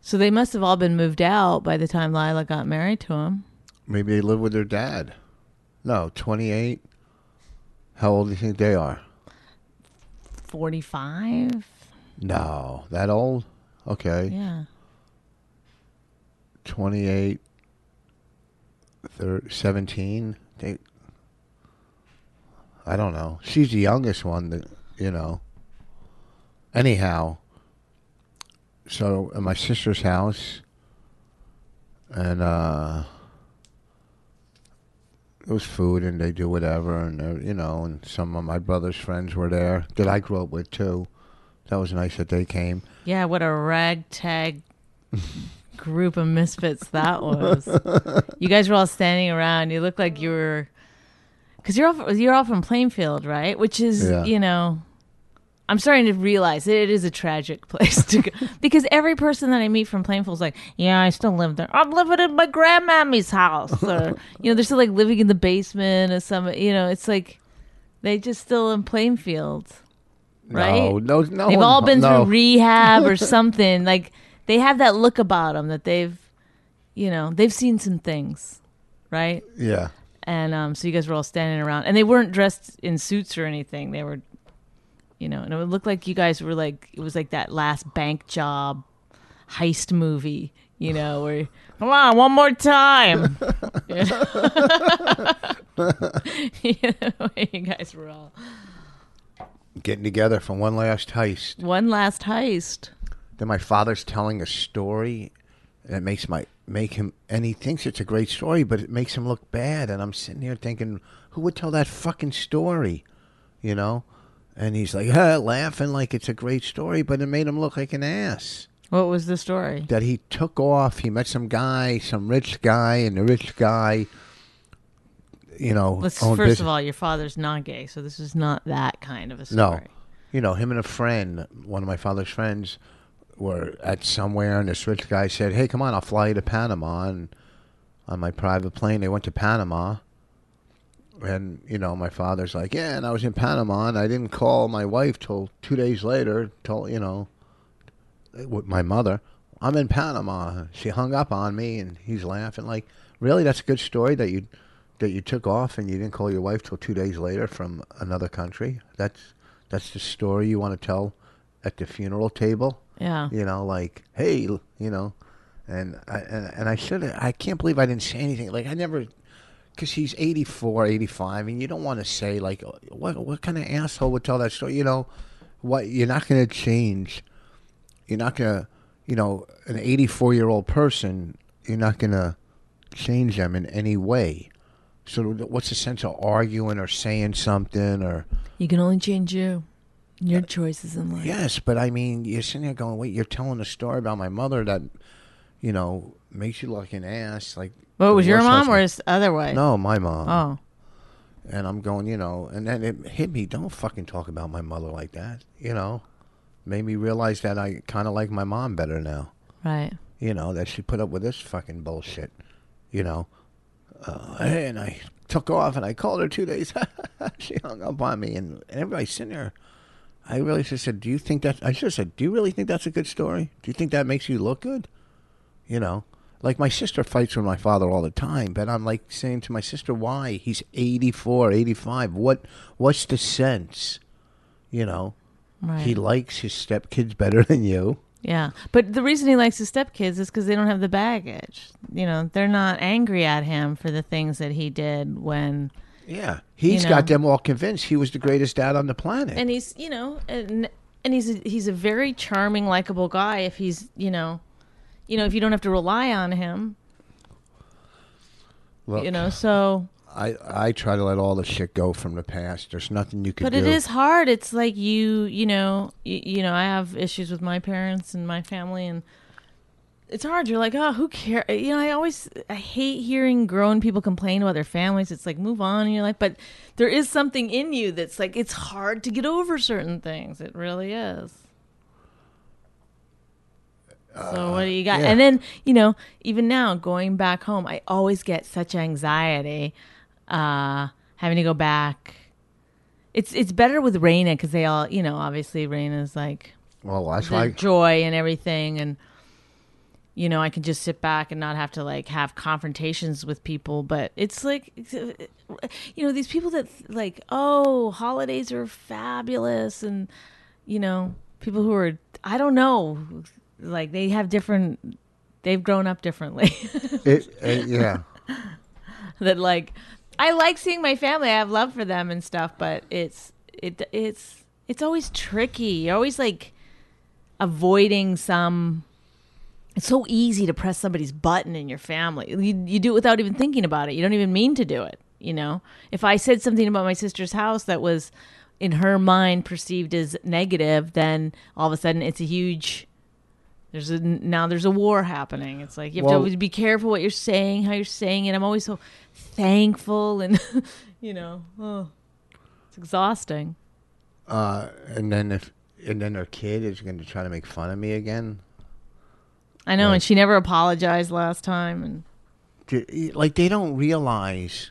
Speaker 4: So they must have all been moved out by the time Lila got married to him.
Speaker 3: Maybe they live with their dad. No, 28. How old do you think they are?
Speaker 4: Forty five.
Speaker 3: No, that old? Okay.
Speaker 4: Yeah.
Speaker 3: 28, thir- 17. They, I don't know. She's the youngest one that, you know. Anyhow, so at my sister's house, and uh, it was food, and they do whatever, and, uh, you know, and some of my brother's friends were there that I grew up with, too. That was nice that they came.
Speaker 4: Yeah. What a ragtag group of misfits that was. you guys were all standing around. You looked like you were because you're all you're all from Plainfield, right? Which is
Speaker 3: Yeah.
Speaker 4: you know, I'm starting to realize that it is a tragic place to go because every person that I meet from Plainfield is like, yeah, I still live there. I'm living in my grandmammy's house, or you know, they're still like living in the basement or some. You know, it's like they just still in Plainfield, right?
Speaker 3: No, no, no.
Speaker 4: They've
Speaker 3: one-
Speaker 4: all been
Speaker 3: Oh, no.
Speaker 4: through rehab or something. Like they have that look about them that they've, you know, they've seen some things, right?
Speaker 3: Yeah.
Speaker 4: And um, so you guys were all standing around, and they weren't dressed in suits or anything. They were, you know, and it would look like you guys were like it was like that last bank job heist movie, you know, where come on one more time. you know, you guys were all
Speaker 3: Getting together for one last heist.
Speaker 4: one last heist.
Speaker 3: Then my father's telling a story and it makes my make him and he thinks it's a great story, but it makes him look bad and I'm sitting here thinking, Who would tell that fucking story? You know? And he's like, huh, laughing like it's a great story, but it made him look like an ass.
Speaker 4: What was the story?
Speaker 3: That he took off, he met some guy, some rich guy, and the rich guy, you know,
Speaker 4: Let's
Speaker 3: owned
Speaker 4: first
Speaker 3: business.
Speaker 4: of all, your father's not gay, so this is not that kind of a story.
Speaker 3: No. You know, him and a friend, one of my father's friends, were at somewhere, and this rich guy said, Hey, come on, I'll fly you to Panama. And on my private plane, they went to Panama. And, you know, my father's like, Yeah, and I was in Panama, and I didn't call my wife till two days later, till, you know, with my mother. I'm in Panama. She hung up on me, and he's laughing like, "Really? That's a good story that you that you took off and you didn't call your wife till two days later from another country. That's that's the story you want to tell at the funeral table.
Speaker 4: Yeah.
Speaker 3: You know, like, hey, l- you know, and I and, and I should I can't believe I didn't say anything. Like I never. Because he's 84, 85, and you don't want to say, like, what what kind of asshole would tell that story? You know, what you're not going to change you're not gonna you know an 84 year old person you're not gonna change them in any way so what's the sense of arguing or saying something or
Speaker 4: You can only change you, your choices in life.
Speaker 3: yes but i mean you're sitting there going wait you're telling a story about my mother that you know makes you look like an ass like
Speaker 4: What
Speaker 3: the
Speaker 4: was your
Speaker 3: worst
Speaker 4: mom
Speaker 3: husband.
Speaker 4: or his other wife?
Speaker 3: no my mom
Speaker 4: Oh,
Speaker 3: and i'm going you know and then it hit me don't fucking talk about my mother like that you know made me realize that i kind of like my mom better now
Speaker 4: right.
Speaker 3: you know, that she put up with this fucking bullshit, you know. Uh, and I took off and I called her two days. she hung up on me and, and everybody sitting there. I really just said, Do you think that? I just said, Do you really think that's a good story? Do you think that makes you look good? You know, like my sister fights with my father all the time, but I'm like saying to my sister, Why? He's 84, 85. What, what's the sense? You know,
Speaker 4: Right.
Speaker 3: he likes his stepkids better than you.
Speaker 4: yeah. But the reason he likes his stepkids is because they don't have the baggage. You know, they're not angry at him for the things that he did when.
Speaker 3: Yeah, he's
Speaker 4: know?
Speaker 3: got them all convinced he was the greatest dad on the planet.
Speaker 4: And he's, you know, and and he's a, he's a very charming, likable guy. If he's, you know, you know, if you don't have to rely on him,
Speaker 3: Look,
Speaker 4: you know, so.
Speaker 3: I I try to let all the shit go from the past. There's nothing you can
Speaker 4: But
Speaker 3: do.
Speaker 4: it is hard. It's like you, you know, you, you know, I have issues with my parents and my family, and it's hard. You're like, oh, who cares? You know, I always I hate hearing grown people complain about their families. It's like move on in your life, but there is something in you that's like it's hard to get over certain things. It really is. So what do you got?
Speaker 3: Uh, yeah.
Speaker 4: And then you know, even now going back home, I always get such anxiety uh, having to go back. It's it's better with Raina because they all you know obviously Raina's like
Speaker 3: Well, that's
Speaker 4: their
Speaker 3: why.
Speaker 4: joy and everything and you know i can just sit back and not have to like have confrontations with people but it's like it's, uh, you know these people that like oh holidays are fabulous and you know people who are i don't know like they have different they've grown up differently
Speaker 3: it, it- yeah,
Speaker 4: that like I like seeing my family. I have love for them and stuff, but it's it it's it's always tricky. You're always like avoiding some it's so easy to press somebody's button in your family. You you do it without even thinking about it. You don't even mean to do it, you know. If I said something about my sister's house that was in her mind perceived as negative, then all of a sudden it's a huge There's a now there's a war happening. It's like you have
Speaker 3: Well-
Speaker 4: to always be careful what you're saying, how you're saying it. I'm always so thankful and you know, oh, it's exhausting.
Speaker 3: Uh, and then if and then her kid is going to try to make fun of me again.
Speaker 4: I know, and she never apologized last time and
Speaker 3: D- e, Like they don't realize.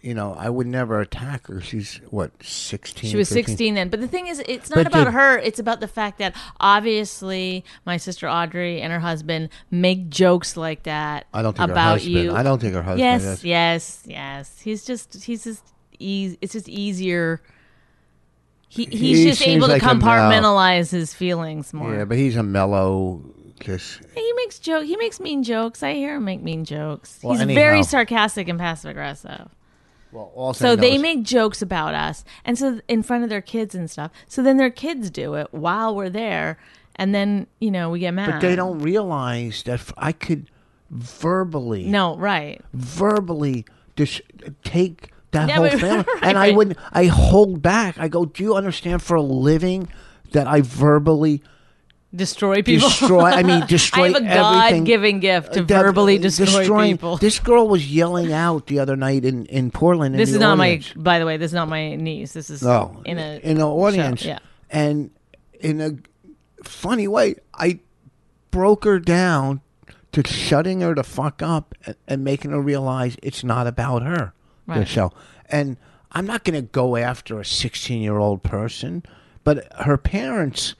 Speaker 3: You know, I would never attack her. She's what sixteen.
Speaker 4: She was
Speaker 3: 15?
Speaker 4: 16 then. But the thing is, it's not
Speaker 3: But
Speaker 4: about
Speaker 3: the-
Speaker 4: her. It's about the fact that obviously my sister Audrey and her husband make jokes like that
Speaker 3: I don't think
Speaker 4: about
Speaker 3: her husband.
Speaker 4: you.
Speaker 3: I don't think her husband.
Speaker 4: yes,
Speaker 3: is.
Speaker 4: yes, yes. He's just, he's just, easy. it's just easier. He, he's
Speaker 3: He
Speaker 4: just
Speaker 3: seems
Speaker 4: able to
Speaker 3: like a male.
Speaker 4: compartmentalize his feelings more.
Speaker 3: Yeah, but he's a mellow. Just
Speaker 4: he makes joke. He makes mean jokes. I hear him make mean jokes.
Speaker 3: Well,
Speaker 4: he's
Speaker 3: anyhow.
Speaker 4: very sarcastic and passive aggressive.
Speaker 3: well, all
Speaker 4: So
Speaker 3: I know
Speaker 4: they
Speaker 3: is-
Speaker 4: make jokes about us, and so in front of their kids and stuff. So then their kids do it while we're there, and then you know we get mad.
Speaker 3: But they don't realize that f- I could verbally,
Speaker 4: No, right?
Speaker 3: verbally dis- take that
Speaker 4: Yeah,
Speaker 3: whole
Speaker 4: but-
Speaker 3: family,
Speaker 4: right,
Speaker 3: and I
Speaker 4: right.
Speaker 3: wouldn't. I hold back. I go, do you understand for a living that I verbally
Speaker 4: Destroy people.
Speaker 3: destroy? I mean, destroy
Speaker 4: I have a
Speaker 3: everything. Uh,
Speaker 4: God-given gift to
Speaker 3: That-
Speaker 4: verbally destroy
Speaker 3: destroying-
Speaker 4: people. This,
Speaker 3: This girl was yelling out the other night in in Portland. in
Speaker 4: is
Speaker 3: the
Speaker 4: not
Speaker 3: audience.
Speaker 4: my. By the way, this is not my niece. This is
Speaker 3: No,
Speaker 4: in a
Speaker 3: Oh, in an
Speaker 4: show.
Speaker 3: audience.
Speaker 4: Yeah.
Speaker 3: and in a funny way, I broke her down to shutting her the fuck up and, and making her realize it's not about her. The
Speaker 4: Right.
Speaker 3: show, and I'm not going to go after a 16 year old person, but her parents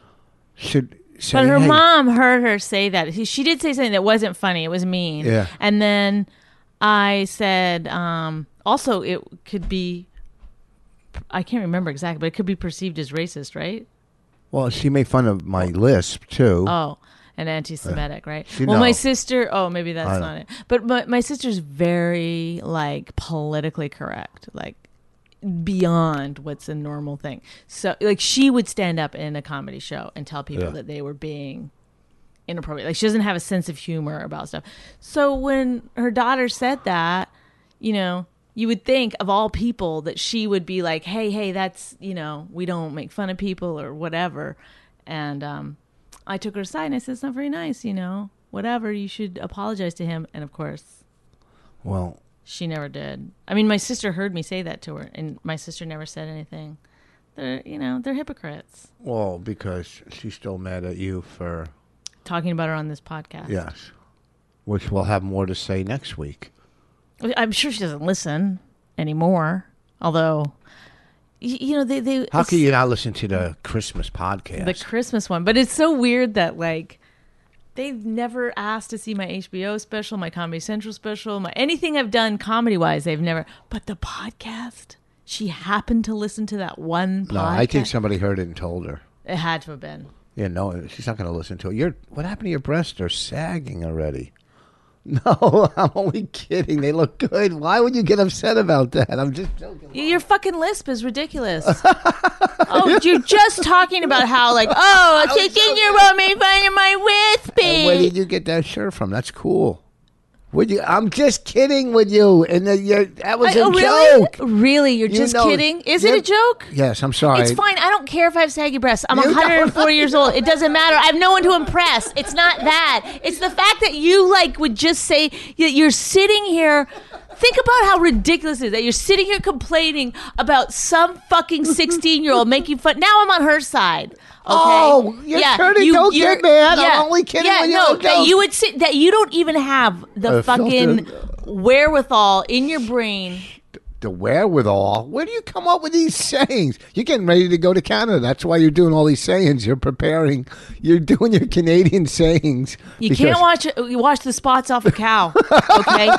Speaker 3: should. Say,
Speaker 4: But her
Speaker 3: "Hey,
Speaker 4: mom heard her say that. He- She did say something that wasn't funny. It was mean.
Speaker 3: Yeah.
Speaker 4: And then I said, um, also, it could be, I can't remember exactly, but it could be perceived as racist, right?
Speaker 3: Well, she made fun of my lisp too.
Speaker 4: Oh, and anti Semitic, right?
Speaker 3: she
Speaker 4: well, my
Speaker 3: knows.
Speaker 4: sister, oh, maybe
Speaker 3: I
Speaker 4: that's
Speaker 3: know.
Speaker 4: not it. But my, my sister's very, like, politically correct. Like, beyond what's a normal thing. So like she would stand up in a comedy show and tell people
Speaker 3: Yeah.
Speaker 4: that they were being inappropriate. Like she doesn't have a sense of humor about stuff. So when her daughter said that, you know, you would think of all people that she would be like, "Hey, hey, that's, you know, we don't make fun of people or whatever." And um I took her aside and I said, "It's not very nice, you know. Whatever, you should apologize to him." And of course,
Speaker 3: Well,
Speaker 4: she never did. I mean, my sister heard me say that to her, and my sister never said anything. They're, you know, they're hypocrites
Speaker 3: well, because she's still mad at you for
Speaker 4: talking about her on this podcast.
Speaker 3: yes, which we'll have more to say next week.
Speaker 4: I'm sure she doesn't listen anymore. Although, y- you know, they they
Speaker 3: How can you not listen to the Christmas podcast?
Speaker 4: the Christmas one, but it's so weird that like they've never asked to see my HBO special, my Comedy Central special, my anything I've done comedy wise. They've never, but the podcast. She happened to listen to that one podcast.
Speaker 3: no, I think somebody heard it and told her.
Speaker 4: It had to have been.
Speaker 3: Yeah, no, she's not going to listen to it. You're, what happened to your breasts? They're sagging already. No, I'm only kidding. They look good. Why would you get upset about that? I'm just joking.
Speaker 4: Your fucking lisp is ridiculous. oh, you're just talking about how like, oh, a sixteen-year-old made fun of my
Speaker 3: And Where
Speaker 4: wispy.
Speaker 3: did you get that shirt from? That's cool. Would you? I'm just kidding with you. And the, you're, that was
Speaker 4: I-
Speaker 3: a
Speaker 4: oh, really?
Speaker 3: joke.
Speaker 4: Really? You're
Speaker 3: You
Speaker 4: just
Speaker 3: know-
Speaker 4: kidding? Is
Speaker 3: Yeah.
Speaker 4: it a joke?
Speaker 3: Yes, I'm sorry.
Speaker 4: It's fine. I don't care if I have saggy breasts. I'm
Speaker 3: You don't.
Speaker 4: 104 years old. It doesn't matter. I have no one to impress. It's not that. It's the fact that you like would just say that you're sitting here. Think about how ridiculous it is that you're sitting here complaining about some fucking 16 year old making fun. Now I'm on her side. Okay?
Speaker 3: Oh, you're turning- don't get
Speaker 4: you're-
Speaker 3: mad. I'm only kidding
Speaker 4: Yeah,
Speaker 3: when you
Speaker 4: no,
Speaker 3: don't know.
Speaker 4: that you would sit that you don't even have the
Speaker 3: A
Speaker 4: fucking
Speaker 3: filter.
Speaker 4: wherewithal in your brain.
Speaker 3: the wherewithal. Where do you come up with these sayings? You're getting ready to go to Canada. That's why you're doing all these sayings. You're preparing. You're doing your Canadian sayings.
Speaker 4: You
Speaker 3: because-
Speaker 4: can't watch you watch the spots off a cow. Okay,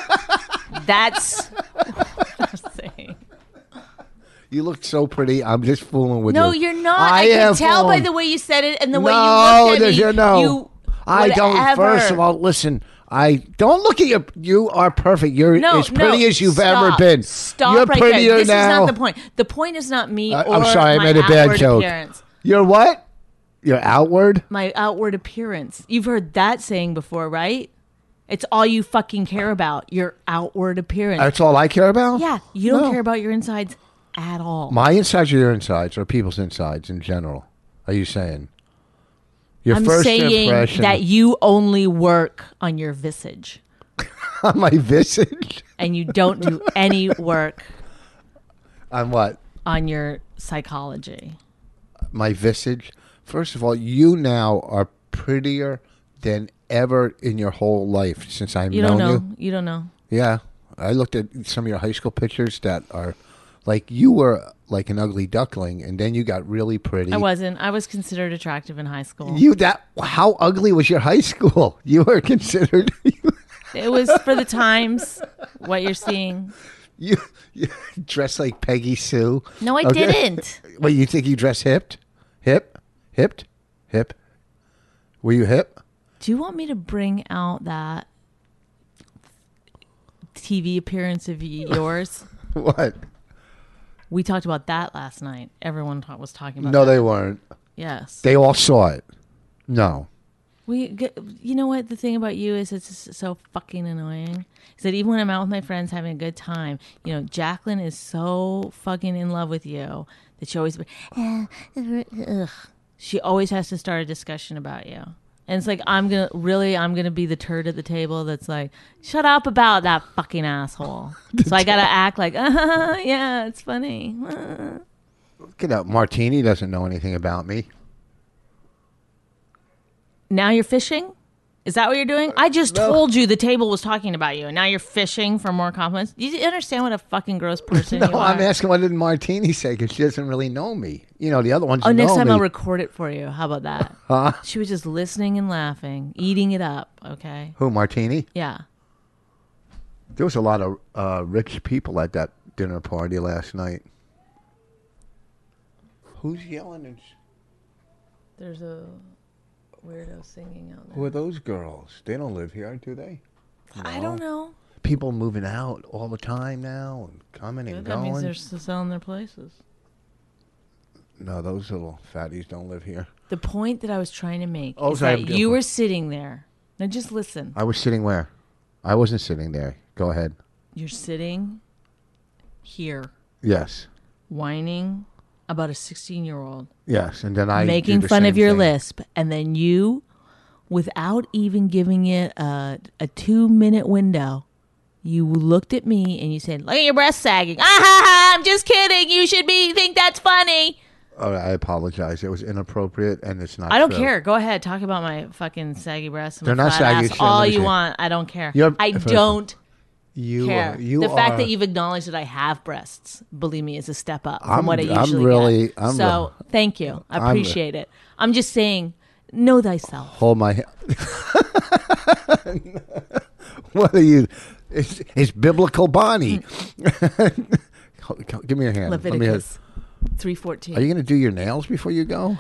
Speaker 4: that's what I'm saying.
Speaker 3: You look so pretty. I'm just fooling with
Speaker 4: No,
Speaker 3: you.
Speaker 4: you're not. I,
Speaker 3: am
Speaker 4: can tell by
Speaker 3: fooling.
Speaker 4: the way you said it and the way
Speaker 3: no,
Speaker 4: you looked at
Speaker 3: there's-
Speaker 4: me.
Speaker 3: you're- no.
Speaker 4: you-
Speaker 3: I don't.
Speaker 4: whatever.
Speaker 3: First of all, listen. I don't look at you. You are perfect. You're
Speaker 4: No,
Speaker 3: as pretty
Speaker 4: no,
Speaker 3: as you've
Speaker 4: stop.
Speaker 3: ever been.
Speaker 4: Stop
Speaker 3: you're
Speaker 4: right there.
Speaker 3: prettier
Speaker 4: This
Speaker 3: now.
Speaker 4: is not the point. The point is not me
Speaker 3: I-
Speaker 4: or
Speaker 3: I'm sorry. I
Speaker 4: my
Speaker 3: made a bad
Speaker 4: outward
Speaker 3: joke.
Speaker 4: appearance.
Speaker 3: You're what? You're outward.
Speaker 4: My outward appearance. You've heard that saying before, right? It's all you fucking care about. Your outward appearance.
Speaker 3: That's all I care about.
Speaker 4: yeah, you don't
Speaker 3: No.
Speaker 4: care about your insides at all.
Speaker 3: My insides or your insides or people's insides in general? Are you saying? Your
Speaker 4: I'm
Speaker 3: first
Speaker 4: saying
Speaker 3: impression
Speaker 4: that you only work on your visage
Speaker 3: on my visage.
Speaker 4: and you don't do any work
Speaker 3: on what?
Speaker 4: on your psychology.
Speaker 3: My visage. First of all, you now are prettier than ever in your whole life since I've
Speaker 4: You
Speaker 3: known
Speaker 4: don't know.
Speaker 3: you.
Speaker 4: You. don't know.
Speaker 3: Yeah. I looked at some of your high school pictures that are like you were like an ugly duckling and then you got really pretty.
Speaker 4: I wasn't. I was considered attractive in high school.
Speaker 3: You that how ugly was your high school? You were considered
Speaker 4: It was for the times what you're seeing.
Speaker 3: you, you dressed like Peggy Sue.
Speaker 4: No, I
Speaker 3: Okay.
Speaker 4: didn't.
Speaker 3: Wait, you think you dress hipped? Hip? Hipped? Hip? Were you hip?
Speaker 4: Do you want me to bring out that TV appearance of y- yours?
Speaker 3: What?
Speaker 4: we talked about that last night. Everyone ta- was talking about
Speaker 3: No,
Speaker 4: that.
Speaker 3: they weren't.
Speaker 4: Yes.
Speaker 3: They all saw it. No.
Speaker 4: We, g- you know what the thing about you is it's just so fucking annoying. Is that even when I'm out with my friends having a good time, you know, Jacqueline is so fucking in love with you that she always, "Eh, ugh. she always has to start a discussion about you. And it's like I'm gonna really I'm gonna be the turd at the table that's like, shut up about that fucking asshole. so I gotta act like, uh, yeah, it's funny.
Speaker 3: Look at that. Martini doesn't know anything about me.
Speaker 4: Now you're fishing? Is that what you're doing? I just told you the table was talking about you, and now you're fishing for more compliments. Do you understand what a fucking gross person
Speaker 3: No,
Speaker 4: you are?
Speaker 3: I'm asking what did Martini say because she doesn't really know me. You know, the other ones
Speaker 4: oh,
Speaker 3: know
Speaker 4: next time
Speaker 3: me.
Speaker 4: I'll record it for you. How about that? She was just listening and laughing, eating it up. Okay.
Speaker 3: Who, Martini?
Speaker 4: Yeah.
Speaker 3: There was a lot of uh, rich people at that dinner party last night. Who's yelling? And
Speaker 4: There's a weirdo singing out there.
Speaker 3: who are those girls? They don't live here, do they?
Speaker 4: I don't know.
Speaker 3: People moving out all the time now and coming and
Speaker 4: That means
Speaker 3: going.
Speaker 4: they're still selling their places.
Speaker 3: No, those little fatties don't live here.
Speaker 4: The point that I was trying to make
Speaker 3: Oh,
Speaker 4: is
Speaker 3: sorry,
Speaker 4: that
Speaker 3: I'm
Speaker 4: you
Speaker 3: joking.
Speaker 4: were sitting there. Now just listen.
Speaker 3: I was sitting where? I wasn't sitting there. Go ahead.
Speaker 4: You're sitting here.
Speaker 3: Yes.
Speaker 4: whining about a 16 year old
Speaker 3: Yes. And then I
Speaker 4: making
Speaker 3: do the
Speaker 4: fun of
Speaker 3: same
Speaker 4: your
Speaker 3: thing.
Speaker 4: lisp and then you without even giving it a, a two minute window you looked at me and you said look at your breast sagging ah ha ha i'm just kidding you should be think that's funny
Speaker 3: All right, Oh, I apologize. It was inappropriate, and it's not.
Speaker 4: i don't
Speaker 3: true.
Speaker 4: care go ahead talk about my fucking saggy breasts and my
Speaker 3: They're not
Speaker 4: flat
Speaker 3: saggy,
Speaker 4: ass
Speaker 3: Shannon,
Speaker 4: all
Speaker 3: let me
Speaker 4: you
Speaker 3: see.
Speaker 4: want i don't care
Speaker 3: You're-
Speaker 4: i
Speaker 3: if I-
Speaker 4: don't
Speaker 3: You.
Speaker 4: care
Speaker 3: Are, you
Speaker 4: the fact that
Speaker 3: are-
Speaker 4: you've acknowledged that i have breasts believe me is a step up from
Speaker 3: I'm-
Speaker 4: what i
Speaker 3: I'm
Speaker 4: usually
Speaker 3: really-
Speaker 4: get.
Speaker 3: I'm
Speaker 4: so thank you i
Speaker 3: I'm-
Speaker 4: appreciate it i'm just saying know thyself
Speaker 3: Hold my. what are you? It's, it's biblical, Bonnie. Hold- come- Give me your hand. Let me have-
Speaker 4: leviticus
Speaker 3: Are
Speaker 4: 314
Speaker 3: you going to do your nails before you go?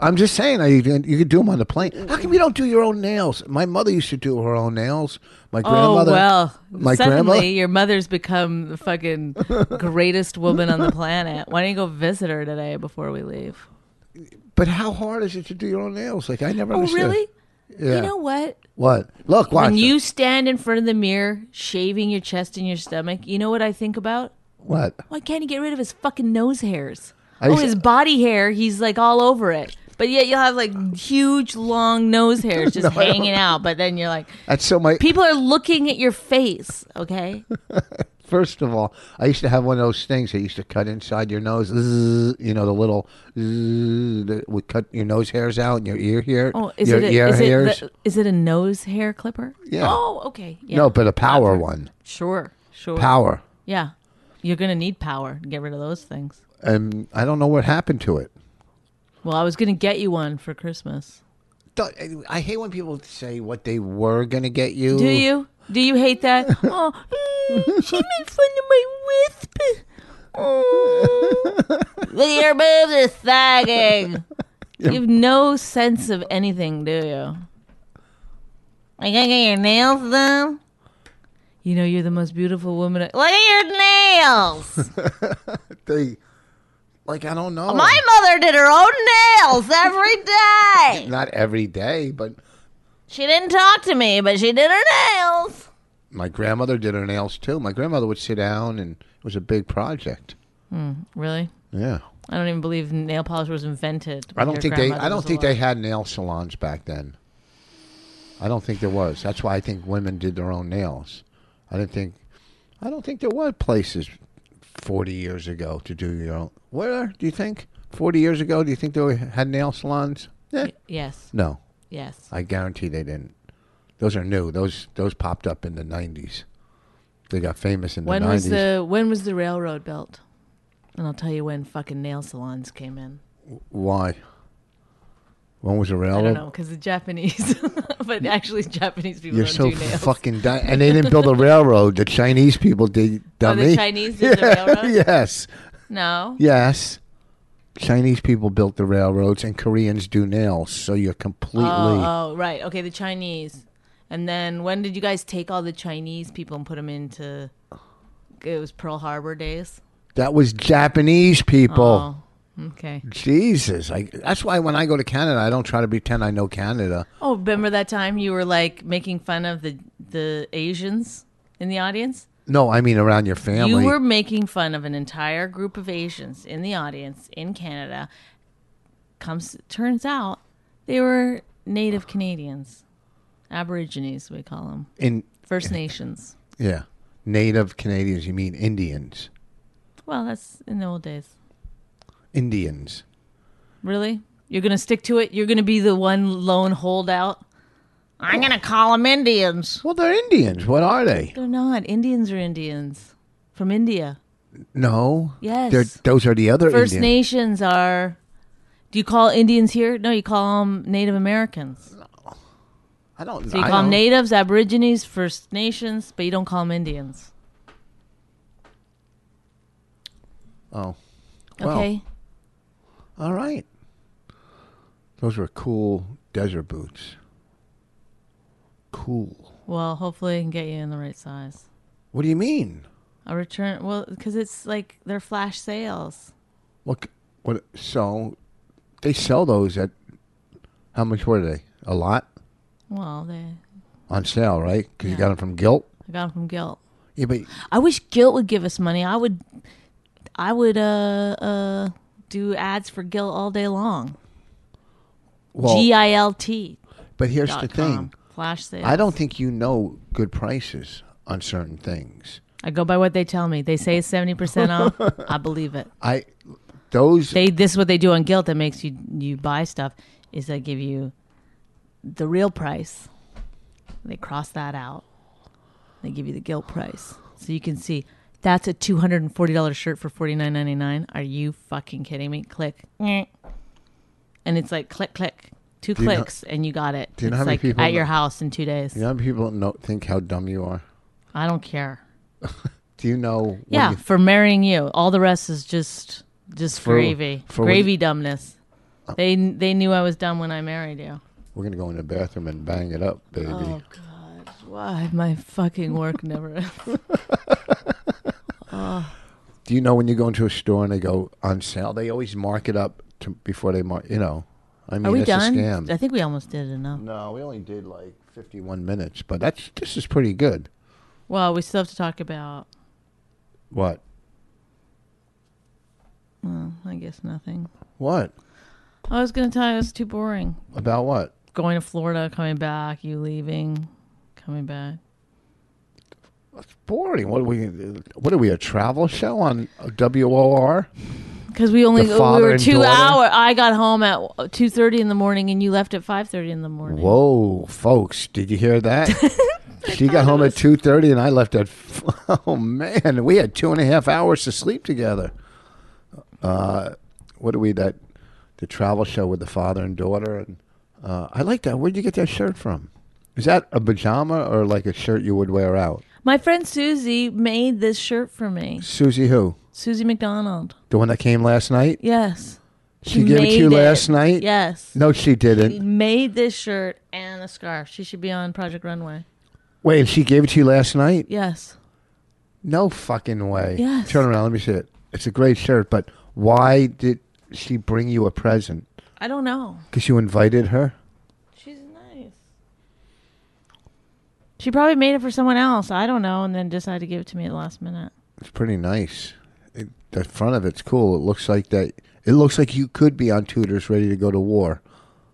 Speaker 3: I'm just saying, are you gonna, you could do them on the plane. How come you don't do your own nails? My mother used to do her own nails. My
Speaker 4: Oh
Speaker 3: grandmother.
Speaker 4: well!
Speaker 3: my
Speaker 4: suddenly,
Speaker 3: grandmother.
Speaker 4: your mother's become the fucking greatest woman on the planet. Why don't you go visit her today before we leave?
Speaker 3: But how hard is it to do your own nails? Like I never.
Speaker 4: Oh,
Speaker 3: understood.
Speaker 4: really?
Speaker 3: Yeah.
Speaker 4: You know what?
Speaker 3: What? Look, watch.
Speaker 4: When
Speaker 3: it.
Speaker 4: you stand in front of the mirror, shaving your chest and your stomach, you know what I think about?
Speaker 3: what?
Speaker 4: Why can't he get rid of his fucking nose hairs?
Speaker 3: I
Speaker 4: oh,
Speaker 3: used-
Speaker 4: his body hair, he's like all over it. But yet you'll have like huge long nose hairs just hanging out. But then you're like,
Speaker 3: That's so my.
Speaker 4: people are looking at your face, okay?
Speaker 3: First of all, I used to have one of those things that used to cut inside your nose. Zzz, you know the little zzz, that would cut your nose hairs out and your ear hair.
Speaker 4: Oh, is
Speaker 3: your
Speaker 4: it, a,
Speaker 3: ear
Speaker 4: is, it
Speaker 3: hairs?
Speaker 4: the- is it a nose hair clipper?
Speaker 3: Yeah.
Speaker 4: Oh, okay. Yeah.
Speaker 3: No, but a power one.
Speaker 4: sure, sure.
Speaker 3: Power.
Speaker 4: Yeah, you're gonna need power to get rid of those things.
Speaker 3: And I don't know what happened to it.
Speaker 4: Well, I was gonna get you one for Christmas.
Speaker 3: Don't- I hate when people say what they were gonna get you.
Speaker 4: Do you? Do you hate that? oh, mm, she made fun of my wisp. Oh, your boobs are sagging. You have no sense of anything, do you? I gotta get your nails done. You know you're the most beautiful woman. I- Look at your nails.
Speaker 3: They, like I don't know.
Speaker 4: My mother did her own nails every day.
Speaker 3: Not every day, but
Speaker 4: She didn't talk to me, but she did her nails.
Speaker 3: my grandmother did her nails too. My grandmother would sit down, and it was a big project.
Speaker 4: Really?
Speaker 3: Yeah.
Speaker 4: I don't even believe nail polish was invented.
Speaker 3: I don't think they. I don't think they had nail salons back then. I don't think there was. That's why I think women did their own nails. I didn't think. I don't think there were places forty years ago to do your own. Where do you think forty years ago? Do you think they were, had nail salons? Eh,
Speaker 4: they. Yes.
Speaker 3: no,
Speaker 4: Yes.
Speaker 3: I guarantee they didn't. Those are new. Those those popped up in the nineties. They got famous in
Speaker 4: When
Speaker 3: the
Speaker 4: was
Speaker 3: nineties.
Speaker 4: the when was the railroad built? And I'll tell you when fucking nail salons came in.
Speaker 3: Why? When was the railroad?
Speaker 4: I don't know because the Japanese, but actually Japanese people
Speaker 3: You're
Speaker 4: don't
Speaker 3: so
Speaker 4: do nails.
Speaker 3: fucking dumb. And they didn't build a railroad. The Chinese people did,
Speaker 4: Oh,
Speaker 3: dummy.
Speaker 4: the Chinese did the railroad.
Speaker 3: yes,
Speaker 4: No,
Speaker 3: yes. Chinese people built the railroads, and Koreans do nails. So you're completely.
Speaker 4: Oh, oh, right. Okay, the Chinese. And then when did you guys take all the Chinese people and put them into? It was Pearl Harbor days.
Speaker 3: That was Japanese people.
Speaker 4: Oh, okay.
Speaker 3: Jesus, I, that's why when I go to Canada, I don't try to pretend I know Canada.
Speaker 4: Oh, remember that time you were like making fun of the the Asians in the audience?
Speaker 3: No, I mean around your family.
Speaker 4: You were making fun of an entire group of Asians in the audience in Canada. Comes turns out they were Native Canadians, Aborigines we call them,
Speaker 3: in
Speaker 4: First Nations.
Speaker 3: yeah, Native Canadians. You mean Indians?
Speaker 4: Well, that's in the old days.
Speaker 3: Indians.
Speaker 4: Really? You're going to stick to it? You're going to be the one lone holdout? I'm going to call them Indians.
Speaker 3: Well, they're Indians. What are they?
Speaker 4: They're not. Indians are Indians from India.
Speaker 3: No.
Speaker 4: Yes.
Speaker 3: They're, those are the other
Speaker 4: First
Speaker 3: Indians.
Speaker 4: Nations are. Do you call Indians here? No, you call them Native Americans.
Speaker 3: I don't.
Speaker 4: So you
Speaker 3: I
Speaker 4: call them
Speaker 3: don't-
Speaker 4: Natives, Aborigines, First Nations, but you don't call them Indians.
Speaker 3: Oh, Wow.
Speaker 4: Okay?
Speaker 3: all right. Those were cool desert boots. Cool.
Speaker 4: Well, hopefully I can get you in the right size.
Speaker 3: What do you mean?
Speaker 4: A return. Well, because it's like they're flash sales.
Speaker 3: What? c- What? So, they sell those at how much were they? A lot
Speaker 4: Well, they.
Speaker 3: on sale, right? Because you
Speaker 4: Yeah.
Speaker 3: got them from Gilt.
Speaker 4: I got them from Gilt.
Speaker 3: Yeah, but
Speaker 4: I wish Gilt would give us money. I would, I would uh uh do ads for Gilt all day long.
Speaker 3: well,
Speaker 4: G I L T.
Speaker 3: but here's the
Speaker 4: dot
Speaker 3: thing.
Speaker 4: com. Flash sales.
Speaker 3: I don't think you know good prices on certain things.
Speaker 4: I go by what they tell me. They say seventy percent off. I believe it.
Speaker 3: I those
Speaker 4: They this is what they do on Gilt that makes you you buy stuff is they give you the real price. They cross that out. They give you the Gilt price so you can see. That's a two hundred and forty dollars shirt for forty nine ninety nine. Are you fucking kidding me? Click, and it's like click click, two
Speaker 3: you know-
Speaker 4: clicks, and you got it.
Speaker 3: Do you know
Speaker 4: it's
Speaker 3: how many
Speaker 4: like
Speaker 3: people
Speaker 4: at
Speaker 3: know-
Speaker 4: your house in two days.
Speaker 3: you know people don't know, think how dumb you are.
Speaker 4: I don't care.
Speaker 3: Do you know? when
Speaker 4: yeah,
Speaker 3: you-
Speaker 4: for marrying you. All the rest is just just
Speaker 3: For-
Speaker 4: gravy,
Speaker 3: for when
Speaker 4: gravy
Speaker 3: you- Oh.
Speaker 4: dumbness. They they knew I was dumb when I married you.
Speaker 3: we're gonna go in the bathroom and bang it up, baby.
Speaker 4: Oh, Why my fucking work never ends.
Speaker 3: Do you know when you go into a store and they go on sale, they always mark it up to, before they mark. You know, I mean,
Speaker 4: Are we
Speaker 3: it's a
Speaker 4: done?
Speaker 3: scam.
Speaker 4: I think we almost did enough.
Speaker 3: no, we only did like fifty-one minutes, but that's this is pretty good.
Speaker 4: Well, we still have to talk about.
Speaker 3: What?
Speaker 4: I guess nothing.
Speaker 3: What
Speaker 4: I was gonna tell you it was too boring.
Speaker 3: about what?
Speaker 4: Going to Florida, coming back, you leaving, coming back.
Speaker 3: It's boring. What are we? What are we? A travel show on WOR?
Speaker 4: Because we only
Speaker 3: The
Speaker 4: we
Speaker 3: father
Speaker 4: were
Speaker 3: and
Speaker 4: two
Speaker 3: daughter?
Speaker 4: hour. I got home at two thirty in the morning, and you left at five thirty in the morning.
Speaker 3: Whoa, folks! Did you hear that? she got home at two thirty, and I left at. Oh man, we had two and a half hours to sleep together. Uh, what are we that? The travel show with the father and daughter, and uh, I like that. Where'd you get that shirt from? Is that a pajama or like a shirt you would wear out?
Speaker 4: My friend Susie made this shirt for me.
Speaker 3: Susie, who
Speaker 4: Susie McDonald.
Speaker 3: the one that came last night?
Speaker 4: Yes.
Speaker 3: She, gave it to you
Speaker 4: made
Speaker 3: last night.
Speaker 4: Yes.
Speaker 3: No, she
Speaker 4: She
Speaker 3: didn't.
Speaker 4: made this shirt and a scarf. She should be on Project Runway.
Speaker 3: Wait, she gave it to you last night?
Speaker 4: Yes.
Speaker 3: No fucking way.
Speaker 4: Yes.
Speaker 3: Turn around. Let me see it. It's a great shirt, but why did she bring you a present?
Speaker 4: I don't know.
Speaker 3: Because you invited her?
Speaker 4: She's nice. She probably made it for someone else. I don't know, and then decided to give it to me at the last minute.
Speaker 3: It's pretty nice. it, the front of it's cool. It looks like that. It looks like you could be on Tudors, ready to go to war,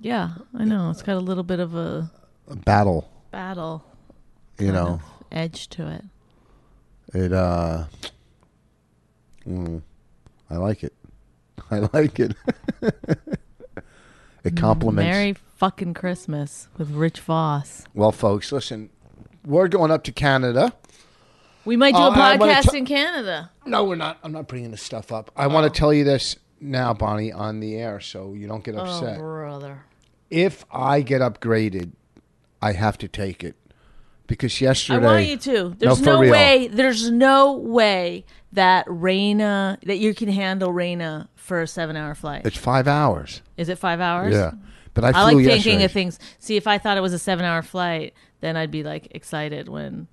Speaker 4: Yeah, I know. It's got a little bit of a
Speaker 3: a battle.
Speaker 4: battle
Speaker 3: You
Speaker 4: kind
Speaker 3: know,
Speaker 4: of edge to it.
Speaker 3: it. uh mm, I like it. I like it. it complements.
Speaker 4: Merry fucking Christmas with Rich Voss.
Speaker 3: Well, folks, listen. We're going up to Canada.
Speaker 4: We might do
Speaker 3: Oh,
Speaker 4: a
Speaker 3: I wanna
Speaker 4: podcast
Speaker 3: ta-
Speaker 4: in Canada.
Speaker 3: No, we're not. I'm not bringing this stuff up. I
Speaker 4: Oh.
Speaker 3: want to tell you this now, Bonnie, on the air, so you don't get upset.
Speaker 4: Oh, brother.
Speaker 3: if I get upgraded, I have to take it because
Speaker 4: I
Speaker 3: yesterday
Speaker 4: want you to. There's
Speaker 3: for
Speaker 4: no,
Speaker 3: real.
Speaker 4: way. There's no way that Raina that you can handle Raina for a seven-hour flight.
Speaker 3: It's five hours.
Speaker 4: Is it five hours?
Speaker 3: Yeah, but I flew
Speaker 4: I like
Speaker 3: yesterday.
Speaker 4: thinking of things. See, if I thought it was a seven-hour flight, then I'd be like excited when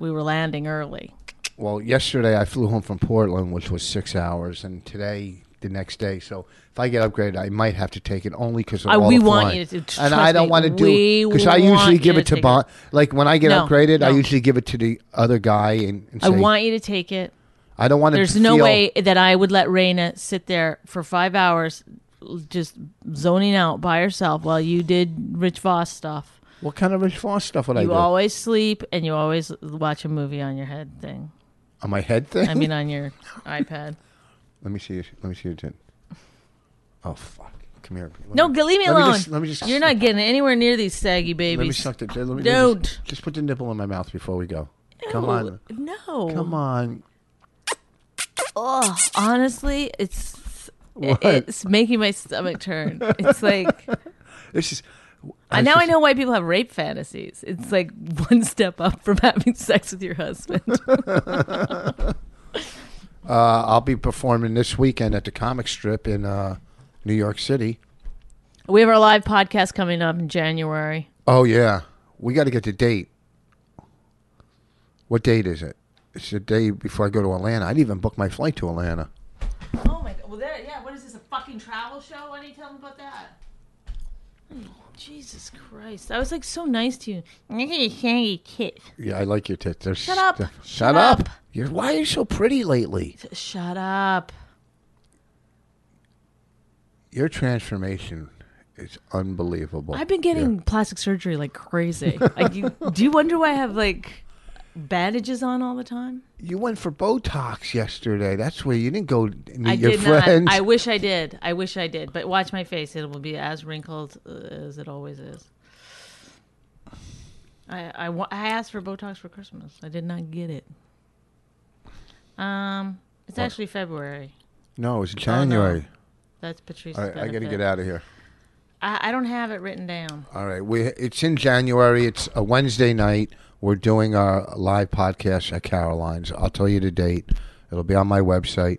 Speaker 4: we were landing early.
Speaker 3: Well, yesterday I flew home from Portland, which was six hours, and today the next day. So if I get upgraded, I might have to take it only because
Speaker 4: Uh,
Speaker 3: all
Speaker 4: we
Speaker 3: the
Speaker 4: want
Speaker 3: flying.
Speaker 4: you to- trust
Speaker 3: and I don't
Speaker 4: me,
Speaker 3: want to do
Speaker 4: we
Speaker 3: because I usually
Speaker 4: want
Speaker 3: give
Speaker 4: you
Speaker 3: it
Speaker 4: to
Speaker 3: to
Speaker 4: take
Speaker 3: Bon. Like when I get
Speaker 4: No,
Speaker 3: upgraded, I
Speaker 4: no.
Speaker 3: usually give it to the other guy, and, and say,
Speaker 4: I want you to take it.
Speaker 3: I don't want to.
Speaker 4: There's no way that I would let Raina sit there for five hours, l- just zoning out by herself while you did Rich Voss stuff.
Speaker 3: What kind of Rich Voss stuff would I
Speaker 4: You
Speaker 3: do
Speaker 4: always sleep and you always watch a movie on your head thing.
Speaker 3: on my head thing?
Speaker 4: I mean, on your iPad.
Speaker 3: Let me see. your- Let me see your tin. Oh fuck! Come here. Let
Speaker 4: No,
Speaker 3: me-
Speaker 4: g- leave me
Speaker 3: let
Speaker 4: alone.
Speaker 3: just- let me just.
Speaker 4: You're not getting anywhere near these saggy babies.
Speaker 3: Let me suck the. Let me
Speaker 4: Don't.
Speaker 3: Just, just put the nipple in my mouth before we go. Come
Speaker 4: No,
Speaker 3: on.
Speaker 4: No.
Speaker 3: Come on.
Speaker 4: Ugh, honestly, it's
Speaker 3: What?
Speaker 4: it's making my stomach turn. It's like
Speaker 3: This is.
Speaker 4: And now I
Speaker 3: just-
Speaker 4: know why people have rape fantasies. It's like one step up from having sex with your husband.
Speaker 3: Uh, I'll be performing this weekend at the comic strip in uh, New York City.
Speaker 4: we have our live podcast coming up in January.
Speaker 3: Oh yeah, we got to get the date. What date is it? It's the day before I go to Atlanta. I didn't even book my flight to Atlanta.
Speaker 4: Oh my god! Well, there, yeah. What is this? A fucking travel show? Why do you tell them about that? Oh, Jesus Christ! I was like so nice to you. Look at your shaggy tits.
Speaker 3: Yeah, I like your tits. They're shut
Speaker 4: up.
Speaker 3: Shut,
Speaker 4: Shut
Speaker 3: up.
Speaker 4: up.
Speaker 3: You're, why are you so pretty lately?
Speaker 4: Shut up!
Speaker 3: Your transformation is unbelievable.
Speaker 4: I've been getting plastic surgery like crazy. like, you, do you wonder why I have like bandages on all the time?
Speaker 3: You went for Botox yesterday. That's where you didn't go meet
Speaker 4: I
Speaker 3: your
Speaker 4: did
Speaker 3: friends.
Speaker 4: not. I wish I did. I wish I did. But watch my face; it will be as wrinkled uh, as it always is. I, I wa- I asked for Botox for Christmas. I did not get it. Um, it's actually February.
Speaker 3: no, it was in
Speaker 4: Oh, no.
Speaker 3: January.
Speaker 4: That's Patrice's.
Speaker 3: All right, I got to
Speaker 4: benefit.
Speaker 3: get out of here.
Speaker 4: I, I don't have it written down.
Speaker 3: All right, we it's in January. It's a Wednesday night. We're doing our live podcast at Caroline's. I'll tell you the date. It'll be on my website.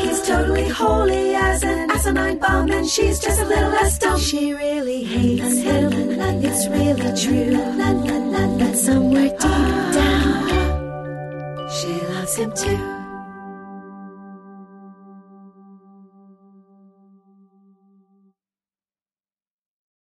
Speaker 2: He's totally holy as an asinine bomb, and she's just a little less dumb. She really hates him, it's really true. But somewhere deep down, she loves him too.